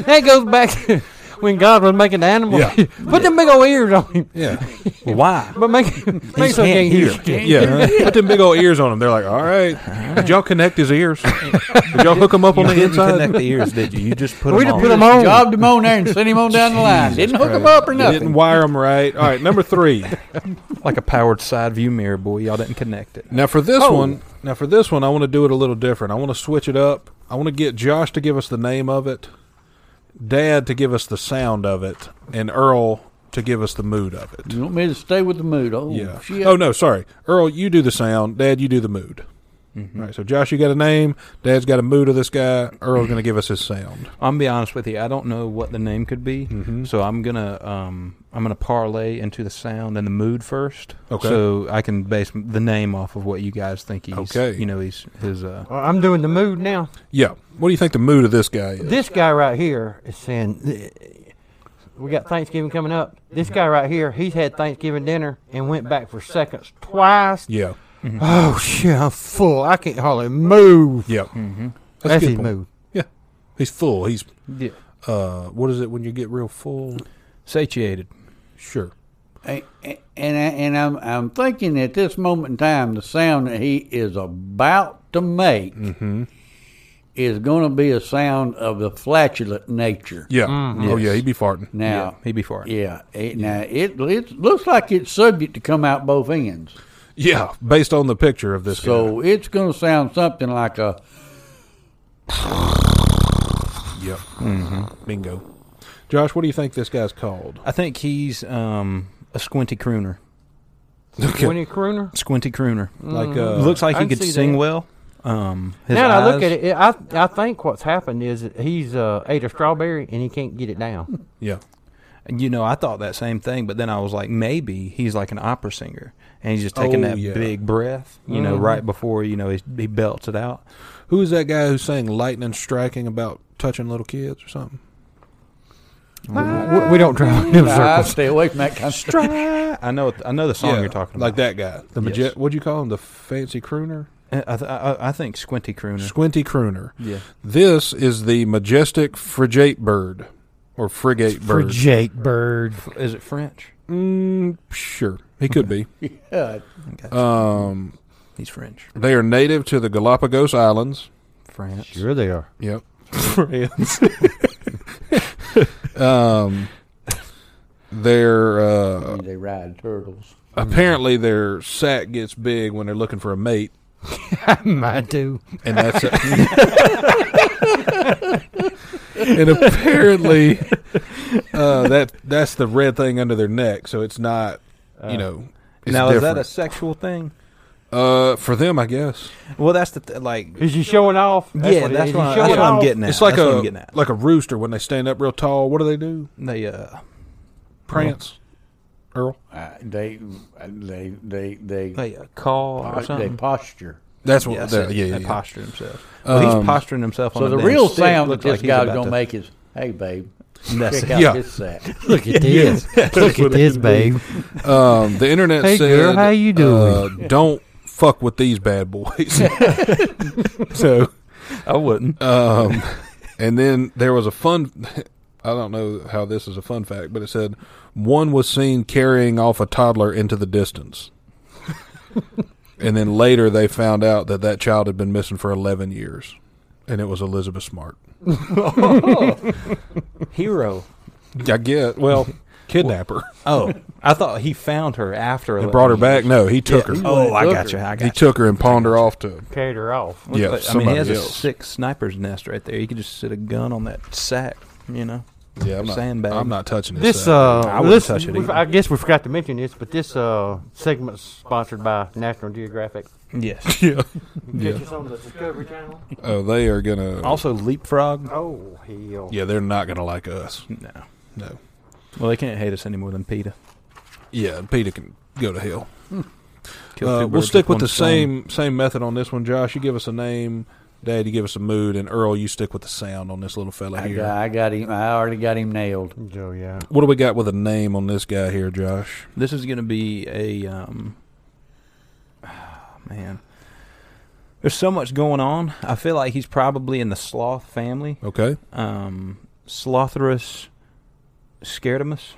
[SPEAKER 3] that goes back. when God was making the animal.
[SPEAKER 1] Yeah.
[SPEAKER 3] [laughs] Put them big old ears on him.
[SPEAKER 1] Yeah.
[SPEAKER 2] Why?
[SPEAKER 3] But make, make so he
[SPEAKER 2] can't
[SPEAKER 3] can't
[SPEAKER 2] hear.
[SPEAKER 3] hear.
[SPEAKER 1] Yeah. [laughs] Put them big old ears on him. They're like, all right. Did y'all connect his ears? Did y'all hook him up on the
[SPEAKER 2] didn't connect
[SPEAKER 1] inside?
[SPEAKER 2] the ears, did you? You
[SPEAKER 1] [laughs]
[SPEAKER 2] just put
[SPEAKER 3] We
[SPEAKER 2] them
[SPEAKER 3] just
[SPEAKER 2] on.
[SPEAKER 3] put 'em on.
[SPEAKER 4] Jobbed him on there and sent him on down the line. Didn't hook him up or
[SPEAKER 1] You
[SPEAKER 4] nothing.
[SPEAKER 1] didn't wire them right. All right. Number three.
[SPEAKER 2] like a powered side view mirror, boy. Y'all didn't connect it.
[SPEAKER 1] Now for this
[SPEAKER 2] Oh.
[SPEAKER 1] one, now for this one, I want to do it a little different. I want to switch it up. I want to get Josh to give us the name of it, Dad to give us the sound of it, and Earl to give us the mood of it.
[SPEAKER 4] You want me to stay with the mood? Oh,
[SPEAKER 1] Yeah.
[SPEAKER 4] shit.
[SPEAKER 1] Oh no, sorry, Earl, you do the sound. Dad, you do the mood. All right. So Josh, you got a name. Dad's got a mood of this guy. Earl's going to give us his sound.
[SPEAKER 2] I'm gonna be honest with you. I don't know what the name could be,
[SPEAKER 1] Mm-hmm.
[SPEAKER 2] so I'm gonna um, I'm gonna parlay into the sound and the mood first.
[SPEAKER 1] Okay.
[SPEAKER 2] So I can base the name off of what you guys think he's.
[SPEAKER 1] Okay.
[SPEAKER 2] You know he's his. Uh,
[SPEAKER 3] Well, I'm doing the mood now.
[SPEAKER 1] Yeah. What do you think the mood of this guy is?
[SPEAKER 3] This guy right here is saying, eh, we got Thanksgiving coming up. This guy right here, he's had Thanksgiving dinner and went back for seconds twice.
[SPEAKER 1] yeah.
[SPEAKER 3] Oh, shit, I'm full. I can't hardly move.
[SPEAKER 1] Yeah.
[SPEAKER 2] Mm-hmm.
[SPEAKER 3] That's,
[SPEAKER 1] a good
[SPEAKER 3] his
[SPEAKER 1] point.
[SPEAKER 3] mood.
[SPEAKER 1] Yeah. He's full. He's
[SPEAKER 2] yeah.
[SPEAKER 1] uh, what is it when you get real full?
[SPEAKER 2] Satiated.
[SPEAKER 1] Sure.
[SPEAKER 4] And, and, and I'm, I'm thinking at this moment in time, the sound that he is about to make
[SPEAKER 1] Mm-hmm.
[SPEAKER 4] is going to be a sound of the flatulent nature.
[SPEAKER 1] Yeah.
[SPEAKER 2] Mm-hmm.
[SPEAKER 1] Oh yeah. He'd be farting.
[SPEAKER 4] Now,
[SPEAKER 2] He'd be farting.
[SPEAKER 4] yeah, it, now it, it looks like it's subject to come out both ends.
[SPEAKER 1] Yeah, based on the picture of this
[SPEAKER 4] So it's going to sound something like a.
[SPEAKER 1] guy. Yep.
[SPEAKER 2] Mm-hmm.
[SPEAKER 1] Bingo. Josh, what do you think this guy's called?
[SPEAKER 2] I think he's um, a squinty crooner.
[SPEAKER 1] Okay.
[SPEAKER 3] Winnie Crooner.
[SPEAKER 2] Squinty crooner.
[SPEAKER 1] Like uh,
[SPEAKER 2] Looks like
[SPEAKER 3] I
[SPEAKER 2] he
[SPEAKER 3] can
[SPEAKER 2] could
[SPEAKER 3] see
[SPEAKER 2] sing
[SPEAKER 3] that.
[SPEAKER 2] well. Um, his
[SPEAKER 3] Now that I look
[SPEAKER 2] eyes-
[SPEAKER 3] at it, I I think what's happened is that he's uh, ate a strawberry and he can't get it down.
[SPEAKER 1] yeah.
[SPEAKER 2] You know, I thought that same thing, but then I was like, maybe he's like an opera singer, and he's just taking
[SPEAKER 1] Oh,
[SPEAKER 2] that
[SPEAKER 1] yeah.
[SPEAKER 2] big breath, you know,
[SPEAKER 3] Mm-hmm.
[SPEAKER 2] right before you know he's, he belts it out.
[SPEAKER 1] Who is that guy who sang "Lightning Striking" about touching little kids or something?
[SPEAKER 3] [laughs] we, we don't [laughs] drive in them
[SPEAKER 4] I
[SPEAKER 3] circles.
[SPEAKER 4] stay away from that kind of stuff.
[SPEAKER 2] Try- I know, I know the song
[SPEAKER 1] yeah,
[SPEAKER 2] you're talking
[SPEAKER 1] like
[SPEAKER 2] about.
[SPEAKER 1] that guy. The maje-
[SPEAKER 2] Yes.
[SPEAKER 1] What'd you call him? The fancy crooner,
[SPEAKER 2] that. I, th- I, I think Squinty Crooner.
[SPEAKER 1] squinty crooner.
[SPEAKER 2] Yeah.
[SPEAKER 1] This is the majestic frigate bird, or frigate
[SPEAKER 3] For
[SPEAKER 1] bird.
[SPEAKER 3] Jake Bird,
[SPEAKER 2] Is it French?
[SPEAKER 1] Mm, sure, he could be.
[SPEAKER 4] [laughs] Yeah,
[SPEAKER 1] Um,
[SPEAKER 2] He's French.
[SPEAKER 1] they are native to the Galapagos Islands.
[SPEAKER 2] France.
[SPEAKER 3] sure they are. [laughs]
[SPEAKER 1] Yep. Friends. um, they're uh,
[SPEAKER 4] they ride turtles.
[SPEAKER 1] apparently their sack gets big when they're looking for a mate,
[SPEAKER 3] Mine too.
[SPEAKER 1] and that's it. [laughs] and apparently, uh, that that's the red thing under their neck, so it's not, you know, it's
[SPEAKER 2] Uh, now is
[SPEAKER 1] different.
[SPEAKER 2] that a sexual thing?
[SPEAKER 1] uh, for them, I guess.
[SPEAKER 2] Well, that's the th- like.
[SPEAKER 3] Is he showing off?
[SPEAKER 2] yeah,
[SPEAKER 3] it
[SPEAKER 2] that's
[SPEAKER 3] is.
[SPEAKER 2] what,
[SPEAKER 3] Is
[SPEAKER 2] I, that's
[SPEAKER 3] he showing
[SPEAKER 2] what I'm
[SPEAKER 3] off?
[SPEAKER 2] getting at.
[SPEAKER 1] it's like
[SPEAKER 2] that's what I'm
[SPEAKER 1] a
[SPEAKER 2] getting at.
[SPEAKER 1] like a rooster when they stand up real tall. What do they do?
[SPEAKER 2] they uh,
[SPEAKER 1] Prance, Earl.
[SPEAKER 4] Uh, they, they, they, they,
[SPEAKER 2] they uh, call or
[SPEAKER 4] they
[SPEAKER 2] something.
[SPEAKER 4] posture.
[SPEAKER 1] That's what.
[SPEAKER 2] Yeah,
[SPEAKER 1] that- yeah, yeah,
[SPEAKER 2] they
[SPEAKER 1] yeah.
[SPEAKER 2] posture themselves. Well,
[SPEAKER 1] Um,
[SPEAKER 2] he's posturing himself on
[SPEAKER 4] So
[SPEAKER 2] a
[SPEAKER 4] the
[SPEAKER 2] damn
[SPEAKER 4] real
[SPEAKER 2] stick.
[SPEAKER 4] sound that
[SPEAKER 2] Looks
[SPEAKER 4] this
[SPEAKER 2] like he's
[SPEAKER 4] guy's
[SPEAKER 2] about
[SPEAKER 4] gonna
[SPEAKER 2] to-
[SPEAKER 4] make is, "Hey, babe,
[SPEAKER 2] That's
[SPEAKER 4] check
[SPEAKER 2] it.
[SPEAKER 4] out
[SPEAKER 1] Yeah.
[SPEAKER 4] this sack."
[SPEAKER 3] Look at this. Look at this, babe.
[SPEAKER 1] Um, the internet
[SPEAKER 3] Hey,
[SPEAKER 1] said,
[SPEAKER 3] girl, how you doing?
[SPEAKER 1] Uh, don't fuck with these bad
[SPEAKER 3] [laughs]
[SPEAKER 1] boys. so,
[SPEAKER 2] I wouldn't.
[SPEAKER 1] um, and then there was a fun. [laughs] I don't know how this is a fun fact, but it said one was seen carrying off a toddler into the
[SPEAKER 3] [laughs]
[SPEAKER 1] distance. and then later they found out that that child had been missing for 11 years, and it was Elizabeth Smart.
[SPEAKER 2] [laughs] Hero.
[SPEAKER 1] I get [laughs] well, kidnapper.
[SPEAKER 2] Oh, I thought he found her after.
[SPEAKER 1] and brought her back. No, he took her.
[SPEAKER 2] Oh, I
[SPEAKER 4] Look
[SPEAKER 2] got you. I got
[SPEAKER 1] He took her and pawned her off to.
[SPEAKER 3] Carried her off.
[SPEAKER 2] you.
[SPEAKER 1] Yeah,
[SPEAKER 2] But, I mean, he
[SPEAKER 1] somebody
[SPEAKER 2] has a
[SPEAKER 1] else.
[SPEAKER 2] sick sniper's nest right there. You could just sit a gun on that sack, you know.
[SPEAKER 1] Yeah, I'm not,
[SPEAKER 2] sandbag.
[SPEAKER 1] I'm not touching this.
[SPEAKER 3] This,
[SPEAKER 1] sack.
[SPEAKER 3] uh,
[SPEAKER 2] I wouldn't
[SPEAKER 3] this,
[SPEAKER 2] touch it
[SPEAKER 3] we-
[SPEAKER 2] either.
[SPEAKER 3] I guess we forgot to mention this, but this uh, segment's sponsored by National Geographic.
[SPEAKER 1] [laughs]
[SPEAKER 2] Yes.
[SPEAKER 1] yeah.
[SPEAKER 3] Yeah. on the Discovery Channel.
[SPEAKER 1] Oh, they are gonna.
[SPEAKER 2] also, leapfrog.
[SPEAKER 3] Oh, hell.
[SPEAKER 1] yeah, they're not gonna like us.
[SPEAKER 2] No.
[SPEAKER 1] No.
[SPEAKER 2] Well, they can't hate us any more than Peter.
[SPEAKER 1] Yeah, Peter can go to hell.
[SPEAKER 2] Kill
[SPEAKER 1] Uh,
[SPEAKER 2] two
[SPEAKER 1] we'll
[SPEAKER 2] birds
[SPEAKER 1] stick with
[SPEAKER 2] one
[SPEAKER 1] the
[SPEAKER 2] stone.
[SPEAKER 1] same same method on this one, Josh. You give us a name, Dad. You give us a mood, and Earl, you stick with the sound on this little fella
[SPEAKER 4] I
[SPEAKER 1] here.
[SPEAKER 4] got, I got him. I already got him nailed.
[SPEAKER 3] Joe, yeah.
[SPEAKER 1] What do we got with a name on this guy here, Josh?
[SPEAKER 2] This is going to be a um, [sighs] ah, man. There's so much going on. I feel like he's probably in the sloth family.
[SPEAKER 1] Okay.
[SPEAKER 2] Um, slotherous [laughs] Scaredimus.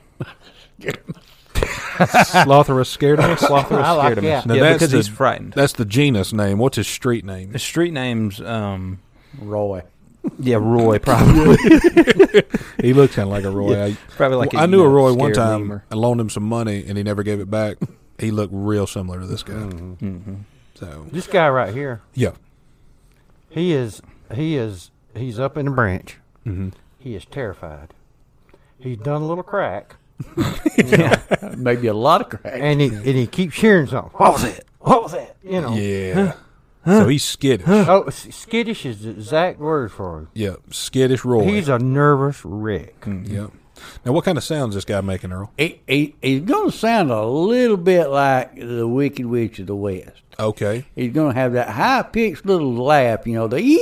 [SPEAKER 2] Slotherus [laughs] scaredimus. Slotherus
[SPEAKER 3] I like
[SPEAKER 2] scaredimus.
[SPEAKER 3] that.
[SPEAKER 1] Now
[SPEAKER 2] Yeah,
[SPEAKER 1] that's
[SPEAKER 2] because
[SPEAKER 1] the-
[SPEAKER 2] he's frightened.
[SPEAKER 1] That's the genus name. What's his street name?
[SPEAKER 2] The street name's um
[SPEAKER 4] Roy.
[SPEAKER 2] yeah Roy probably
[SPEAKER 1] He looked kind of like a Roy. I,
[SPEAKER 2] [laughs] probably like
[SPEAKER 1] Well,
[SPEAKER 2] a,
[SPEAKER 1] I knew
[SPEAKER 2] you
[SPEAKER 1] a
[SPEAKER 2] know,
[SPEAKER 1] Roy one
[SPEAKER 2] scared
[SPEAKER 1] time.
[SPEAKER 2] lemur.
[SPEAKER 1] I loaned him some money and he never gave it
[SPEAKER 2] [laughs]
[SPEAKER 1] back. He looked real similar to this guy.
[SPEAKER 2] Mm-hmm.
[SPEAKER 4] Mm-hmm.
[SPEAKER 1] So
[SPEAKER 3] This guy right here,
[SPEAKER 1] yeah,
[SPEAKER 3] he is he is he's up in the branch.
[SPEAKER 1] Mhm.
[SPEAKER 3] He is terrified. He's done a little crack,
[SPEAKER 4] Maybe a lot of crack.
[SPEAKER 3] and he and he keeps hearing something. What was it? What was it? You know.
[SPEAKER 1] yeah. So he's skittish.
[SPEAKER 3] Oh, s- skittish is the exact word for him.
[SPEAKER 1] Yeah, skittish Roy.
[SPEAKER 3] He's a nervous wreck.
[SPEAKER 1] yeah. Now, what kind of sounds this guy making, Earl?
[SPEAKER 4] He, he, he's going to sound a little bit like the Wicked Witch of the West.
[SPEAKER 2] [laughs]
[SPEAKER 1] Okay.
[SPEAKER 4] He's going to have that high pitched little laugh, you know, the [laughs]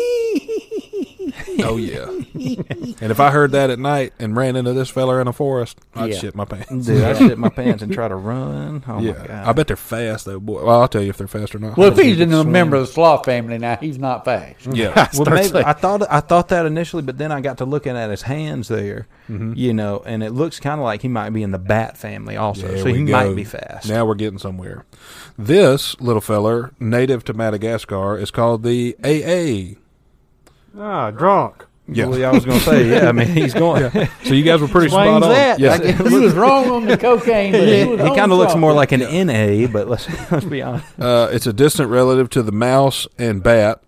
[SPEAKER 1] Oh yeah. and if I heard that at night and ran into this fella in a forest, I'd
[SPEAKER 4] Yeah. Oh
[SPEAKER 1] shit my pants.
[SPEAKER 2] Dude, I shit my pants and try to run. Oh my
[SPEAKER 1] Yeah,
[SPEAKER 2] god!
[SPEAKER 1] I bet they're fast though. Boy, well, I'll tell you if they're fast or not.
[SPEAKER 4] Well, if he's in a member of the Slaw family now, he's not fast. [laughs]
[SPEAKER 1] yeah,
[SPEAKER 2] Well, maybe, I thought I thought that initially, but then I got to looking at his hands there, you know, and it looks kind of like he might be in the bat family also,
[SPEAKER 1] There
[SPEAKER 2] so he
[SPEAKER 1] we go.
[SPEAKER 2] might be fast.
[SPEAKER 1] Now we're getting somewhere. This little feller, native to Madagascar, is called the AA.
[SPEAKER 3] Ah, drunk.
[SPEAKER 1] Yeah.
[SPEAKER 2] Well, yeah, I was going to say, [laughs] yeah. I mean, he's going.
[SPEAKER 1] So you guys were pretty
[SPEAKER 3] [laughs] Explains
[SPEAKER 1] spot on.
[SPEAKER 3] that.
[SPEAKER 1] Yeah.
[SPEAKER 3] I
[SPEAKER 2] [laughs]
[SPEAKER 3] guess.
[SPEAKER 4] He was wrong on the cocaine, but he,
[SPEAKER 2] He,
[SPEAKER 4] was on
[SPEAKER 2] kind of looks
[SPEAKER 4] something.
[SPEAKER 2] more like an NA, but let's [laughs] let's be honest.
[SPEAKER 1] Uh, it's a distant relative to the mouse and bat.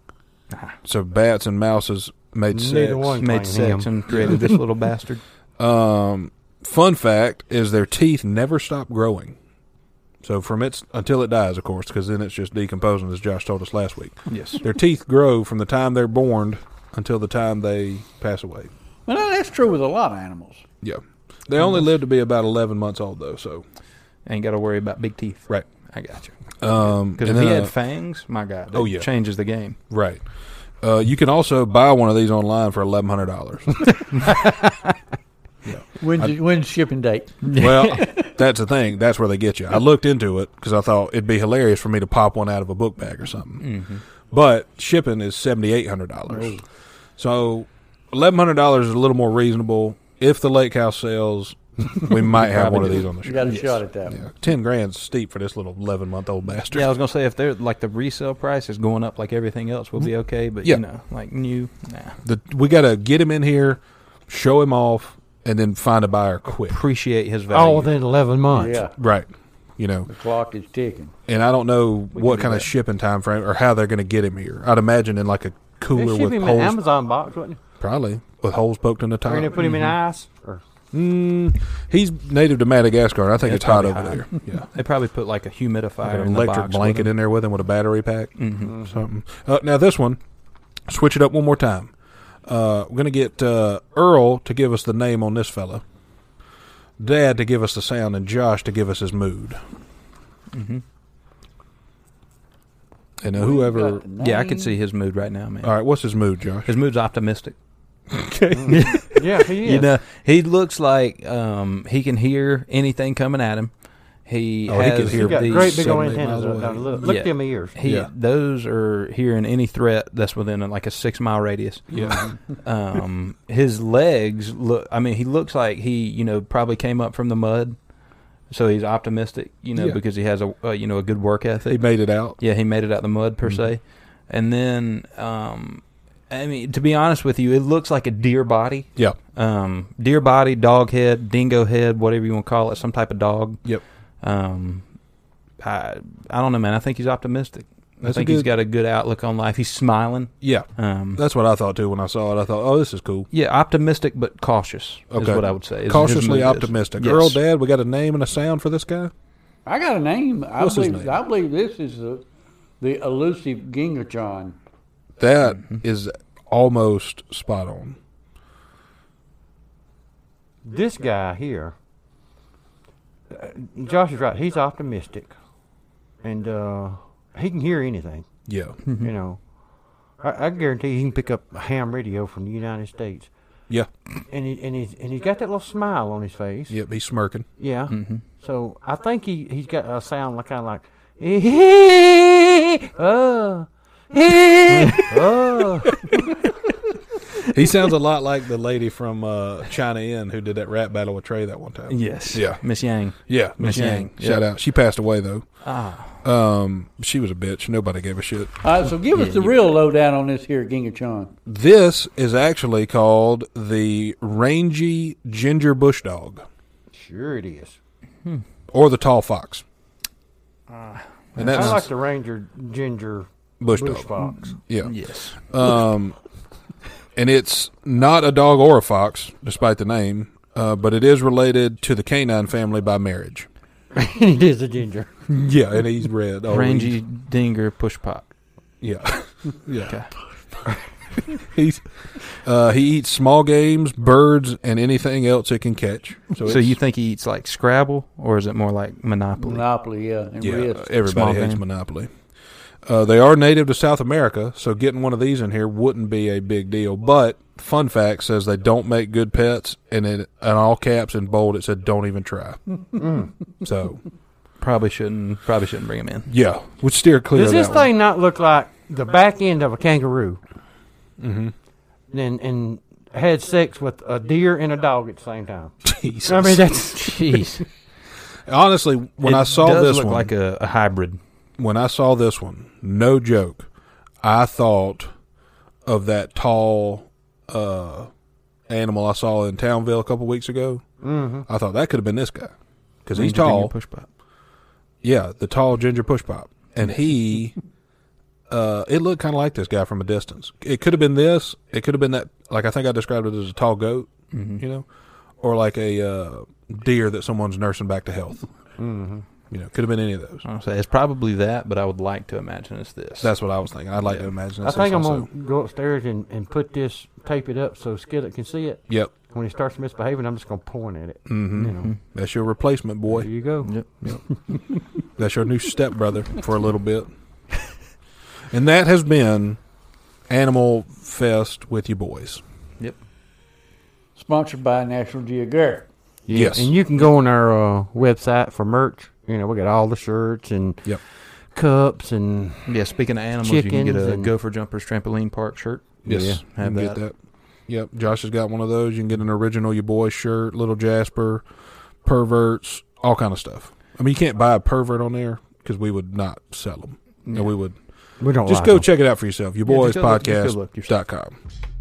[SPEAKER 1] So bats and mouses made sense.
[SPEAKER 3] Neither one
[SPEAKER 2] Made
[SPEAKER 3] claimed
[SPEAKER 2] sex
[SPEAKER 3] him.
[SPEAKER 2] and created this little bastard.
[SPEAKER 1] Um, fun fact is their teeth never stop growing. So from its until it dies, of course, because then it's just decomposing, as Josh told us last week.
[SPEAKER 2] Yes.
[SPEAKER 1] Their teeth grow from the time they're born until the time they pass away.
[SPEAKER 4] Well, that's true with a lot of animals.
[SPEAKER 1] Yeah, they only live to be about eleven months old, though. So
[SPEAKER 2] Ain't got to worry about big teeth.
[SPEAKER 1] right,
[SPEAKER 2] I got you.
[SPEAKER 1] um,
[SPEAKER 2] Because
[SPEAKER 1] and
[SPEAKER 2] if he
[SPEAKER 1] then,
[SPEAKER 2] had
[SPEAKER 1] uh,
[SPEAKER 2] fangs, my God,
[SPEAKER 1] Oh,
[SPEAKER 2] oh
[SPEAKER 1] yeah.
[SPEAKER 2] yeah, changes the game.
[SPEAKER 1] right. Uh, you can also buy one of these online for eleven hundred dollars.
[SPEAKER 4] When's, the- when's the shipping date?
[SPEAKER 1] Well, that's the thing. That's where they get you. I looked into it because I thought it'd be hilarious for me to pop one out of a book bag or something. But shipping is seventy eight hundred dollars, so eleven hundred dollars is a little more reasonable. If the lake house sells, we might have one of these on the
[SPEAKER 4] You
[SPEAKER 1] show.
[SPEAKER 4] got a shot at that.
[SPEAKER 1] Yeah, ten grand's steep for this little eleven month old bastard.
[SPEAKER 2] Yeah, I was gonna say if they're like the resale price is going up like everything else, we'll be okay. But
[SPEAKER 1] Mm-hmm. Yeah.
[SPEAKER 2] you know, like new, nah.
[SPEAKER 1] The, we got to get him in here, show him off, and then find a buyer quick.
[SPEAKER 2] Appreciate his value.
[SPEAKER 3] All within 11
[SPEAKER 4] one.
[SPEAKER 3] months.
[SPEAKER 4] Yeah,
[SPEAKER 1] Right. You know,
[SPEAKER 4] the clock is ticking.
[SPEAKER 1] and I don't know what
[SPEAKER 2] do
[SPEAKER 1] kind of
[SPEAKER 2] that.
[SPEAKER 1] shipping time frame or how they're going to get him here. I'd imagine in like a
[SPEAKER 3] They
[SPEAKER 1] cooler
[SPEAKER 3] ship
[SPEAKER 1] with
[SPEAKER 3] him in an
[SPEAKER 1] holes,
[SPEAKER 3] Amazon box, wouldn't they?
[SPEAKER 1] probably with holes poked in the top.
[SPEAKER 3] Or they put him in ice? Or
[SPEAKER 1] Mm, he's native to Madagascar. and I think
[SPEAKER 2] Yeah,
[SPEAKER 1] it's hot
[SPEAKER 2] probably
[SPEAKER 1] over
[SPEAKER 2] hot.
[SPEAKER 1] there. Yeah,
[SPEAKER 2] They probably put like a humidifier,
[SPEAKER 1] like an
[SPEAKER 2] in the
[SPEAKER 1] electric
[SPEAKER 2] box
[SPEAKER 1] blanket
[SPEAKER 2] with Mm-hmm.
[SPEAKER 1] in there with him with a battery pack.
[SPEAKER 2] them.
[SPEAKER 1] Something. Uh, now this one, switch it up one more time. Uh, we're gonna get uh, Earl to give us the name on this fella, Dad to give us the sound, and Josh to give us his mood.
[SPEAKER 2] Mm-hmm.
[SPEAKER 1] And uh, whoever.
[SPEAKER 4] Got the
[SPEAKER 2] Yeah, I
[SPEAKER 4] name.
[SPEAKER 2] could see his mood right now, man.
[SPEAKER 1] Mm. All right, what's his mood, Josh?
[SPEAKER 2] His mood's optimistic.
[SPEAKER 3] [laughs] yeah, he is.
[SPEAKER 2] You know, he looks like um, he can hear anything coming at him. He
[SPEAKER 1] Oh, he
[SPEAKER 2] has
[SPEAKER 1] can hear
[SPEAKER 3] He's got
[SPEAKER 2] the-
[SPEAKER 3] great big old
[SPEAKER 1] seven, eight
[SPEAKER 3] antennas
[SPEAKER 1] miles
[SPEAKER 3] up down
[SPEAKER 1] away.
[SPEAKER 3] Look, look
[SPEAKER 2] Yeah.
[SPEAKER 3] at them ears.
[SPEAKER 2] He,
[SPEAKER 1] Yeah.
[SPEAKER 2] Those are hearing any threat that's within like a six mile radius.
[SPEAKER 1] Yeah.
[SPEAKER 2] Um, his legs look. I mean, he looks like he, you know, probably came up from the mud, so he's optimistic, you know,
[SPEAKER 1] Yeah.
[SPEAKER 2] because he has a, uh, you know, a good work
[SPEAKER 1] [laughs]
[SPEAKER 2] ethic.
[SPEAKER 1] He made Mm-hmm. it out.
[SPEAKER 2] yeah, he made it out the mud per se, and then, um, I mean, to be honest with you, it looks like a deer body,
[SPEAKER 1] Yeah.
[SPEAKER 2] um, deer body, dog head, dingo head, whatever you want to call it, some type of dog.
[SPEAKER 1] Yep.
[SPEAKER 2] Um, I I don't know, man. I think he's optimistic.
[SPEAKER 1] That's a
[SPEAKER 2] I think he's
[SPEAKER 1] good-
[SPEAKER 2] got a good outlook on life. He's smiling.
[SPEAKER 1] Yeah.
[SPEAKER 2] Um,
[SPEAKER 1] That's what I thought too when I saw it. I thought, oh, this is cool.
[SPEAKER 2] yeah, optimistic but cautious is
[SPEAKER 1] Okay.
[SPEAKER 2] what I would say. is his mood
[SPEAKER 1] Cautiously
[SPEAKER 2] is.
[SPEAKER 1] optimistic.
[SPEAKER 2] Yes.
[SPEAKER 1] Earl, Dad, we got a name and a sound for this guy?
[SPEAKER 4] I got a name. I
[SPEAKER 1] What's his
[SPEAKER 4] believe.
[SPEAKER 1] name?
[SPEAKER 4] I believe this is the, the elusive Gingachon.
[SPEAKER 1] That is almost spot on.
[SPEAKER 3] This guy here, uh, Josh is right. He's optimistic. And uh, he can hear anything,
[SPEAKER 1] Yeah.
[SPEAKER 3] you know. I, I guarantee he can pick up a ham radio from the United States.
[SPEAKER 1] Yeah.
[SPEAKER 3] And, he, and, he's, and he's got that little smile on his face.
[SPEAKER 1] Yep. He's [laughs] smirking.
[SPEAKER 3] Yeah. So I think he he's got a sound like kind of like oh. oh.
[SPEAKER 1] He sounds a lot like the lady from uh, China Inn who did that rap battle with Trey that one time.
[SPEAKER 2] Yes.
[SPEAKER 1] Yeah.
[SPEAKER 2] Miss Yang.
[SPEAKER 1] Yeah, Miss
[SPEAKER 2] Miss
[SPEAKER 1] Yang.
[SPEAKER 2] Yang,
[SPEAKER 1] Shout
[SPEAKER 2] yeah.
[SPEAKER 1] out. She passed away though.
[SPEAKER 2] Ah.
[SPEAKER 1] Um, she was a bitch. Nobody gave a shit.
[SPEAKER 4] All right, Uh, so give us the real lowdown on this here, Ginga Chon.
[SPEAKER 1] This is actually called the rangy ginger bush dog
[SPEAKER 3] Sure it is.
[SPEAKER 1] or the tall fox. and that's
[SPEAKER 3] Ah. I like the Ranger Ginger
[SPEAKER 1] bush,
[SPEAKER 3] Bush
[SPEAKER 1] dog.
[SPEAKER 3] Fox.
[SPEAKER 1] Yeah.
[SPEAKER 2] Yes.
[SPEAKER 1] Um, and it's not a dog or a fox, despite the name, uh, but it is related to the canine family by marriage.
[SPEAKER 3] it is a ginger.
[SPEAKER 1] Yeah, and he's red. Oh,
[SPEAKER 2] Rangy
[SPEAKER 1] he's-
[SPEAKER 2] Dinger Push Pop.
[SPEAKER 1] Yeah, [laughs] yeah.
[SPEAKER 2] Okay.
[SPEAKER 1] [laughs] He's uh, he eats small games, birds, and anything else it can catch. So,
[SPEAKER 2] So
[SPEAKER 1] it's-
[SPEAKER 2] you think he eats like Scrabble, or is it more like Monopoly?
[SPEAKER 4] Monopoly, yeah, and
[SPEAKER 1] yeah, uh,
[SPEAKER 4] Risk.
[SPEAKER 1] everybody
[SPEAKER 2] Small
[SPEAKER 1] hates
[SPEAKER 2] game.
[SPEAKER 1] Monopoly. Uh, they are native to South America, so getting one of these in here wouldn't be a big deal. But fun fact says they don't make good pets, and in, in all caps in bold it said "Don't even try."
[SPEAKER 2] Hmm.
[SPEAKER 1] so
[SPEAKER 2] Probably shouldn't. Probably shouldn't bring him in.
[SPEAKER 1] yeah, would steer clear.
[SPEAKER 3] Does
[SPEAKER 1] of
[SPEAKER 3] this
[SPEAKER 1] that one.
[SPEAKER 3] thing not look like the back end of a kangaroo? Mm-hmm. And and had sex with a deer and a dog at the same time.
[SPEAKER 1] [laughs] Jesus.
[SPEAKER 3] I mean that's
[SPEAKER 2] Jeez.
[SPEAKER 1] honestly, when
[SPEAKER 2] It
[SPEAKER 1] I saw
[SPEAKER 2] does
[SPEAKER 1] this
[SPEAKER 2] look
[SPEAKER 1] one,
[SPEAKER 2] like a, a hybrid.
[SPEAKER 1] when I saw this one, no joke, I thought of that tall uh, animal I saw in Townville a couple weeks ago. Mm-hmm. I thought that could have been this guy because he's
[SPEAKER 2] Ranger Dinger
[SPEAKER 1] tall.
[SPEAKER 2] Push Pop.
[SPEAKER 1] Yeah, the tall ginger push pop, and he. [laughs] Uh, it looked kind of like this guy from a distance. It could have been this. It could have been that. Like I think I described it as a tall goat, you know, or like a uh, deer that someone's nursing back to health. You know, could have been any of those.
[SPEAKER 2] I don't say it's probably that, but I would like to imagine it's this.
[SPEAKER 1] That's what I was thinking. I'd like to imagine.
[SPEAKER 3] I
[SPEAKER 1] That's
[SPEAKER 3] think I'm
[SPEAKER 1] also-
[SPEAKER 3] gonna go upstairs and, and put this tape it up so Skillet can see it.
[SPEAKER 1] Yep,
[SPEAKER 3] When he starts misbehaving, I'm just gonna point at it.
[SPEAKER 1] Mm-hmm.
[SPEAKER 3] You know,
[SPEAKER 1] that's your replacement
[SPEAKER 3] there
[SPEAKER 1] boy.
[SPEAKER 3] you go.
[SPEAKER 2] Yep.
[SPEAKER 1] That's your new
[SPEAKER 2] [laughs]
[SPEAKER 1] stepbrother for a little bit. And that has been Animal Fest with you boys.
[SPEAKER 2] Yep.
[SPEAKER 4] sponsored by National Geographic.
[SPEAKER 1] Yes.
[SPEAKER 3] And you can go on our uh, website for merch. You know, we got all the shirts and
[SPEAKER 1] Yep.
[SPEAKER 3] cups and
[SPEAKER 2] Yeah. Speaking of animals, you can get
[SPEAKER 3] Chickens
[SPEAKER 2] a
[SPEAKER 3] and-
[SPEAKER 2] Gopher Jumpers trampoline park shirt.
[SPEAKER 1] Yes,
[SPEAKER 3] Yeah,
[SPEAKER 1] you can
[SPEAKER 2] have
[SPEAKER 1] get that. Yep, Josh has got one of those. You can get an original your boy shirt, little Jasper, perverts, all kind of stuff. I mean, you can't buy a pervert on there because we would not sell them. No, we would
[SPEAKER 3] we don't
[SPEAKER 1] just
[SPEAKER 3] like
[SPEAKER 1] go
[SPEAKER 3] 'em.
[SPEAKER 1] check it out for yourself. Your
[SPEAKER 2] Yeah,
[SPEAKER 1] boys
[SPEAKER 2] just go look- just go look
[SPEAKER 1] podcast dot
[SPEAKER 2] yourself.
[SPEAKER 1] com.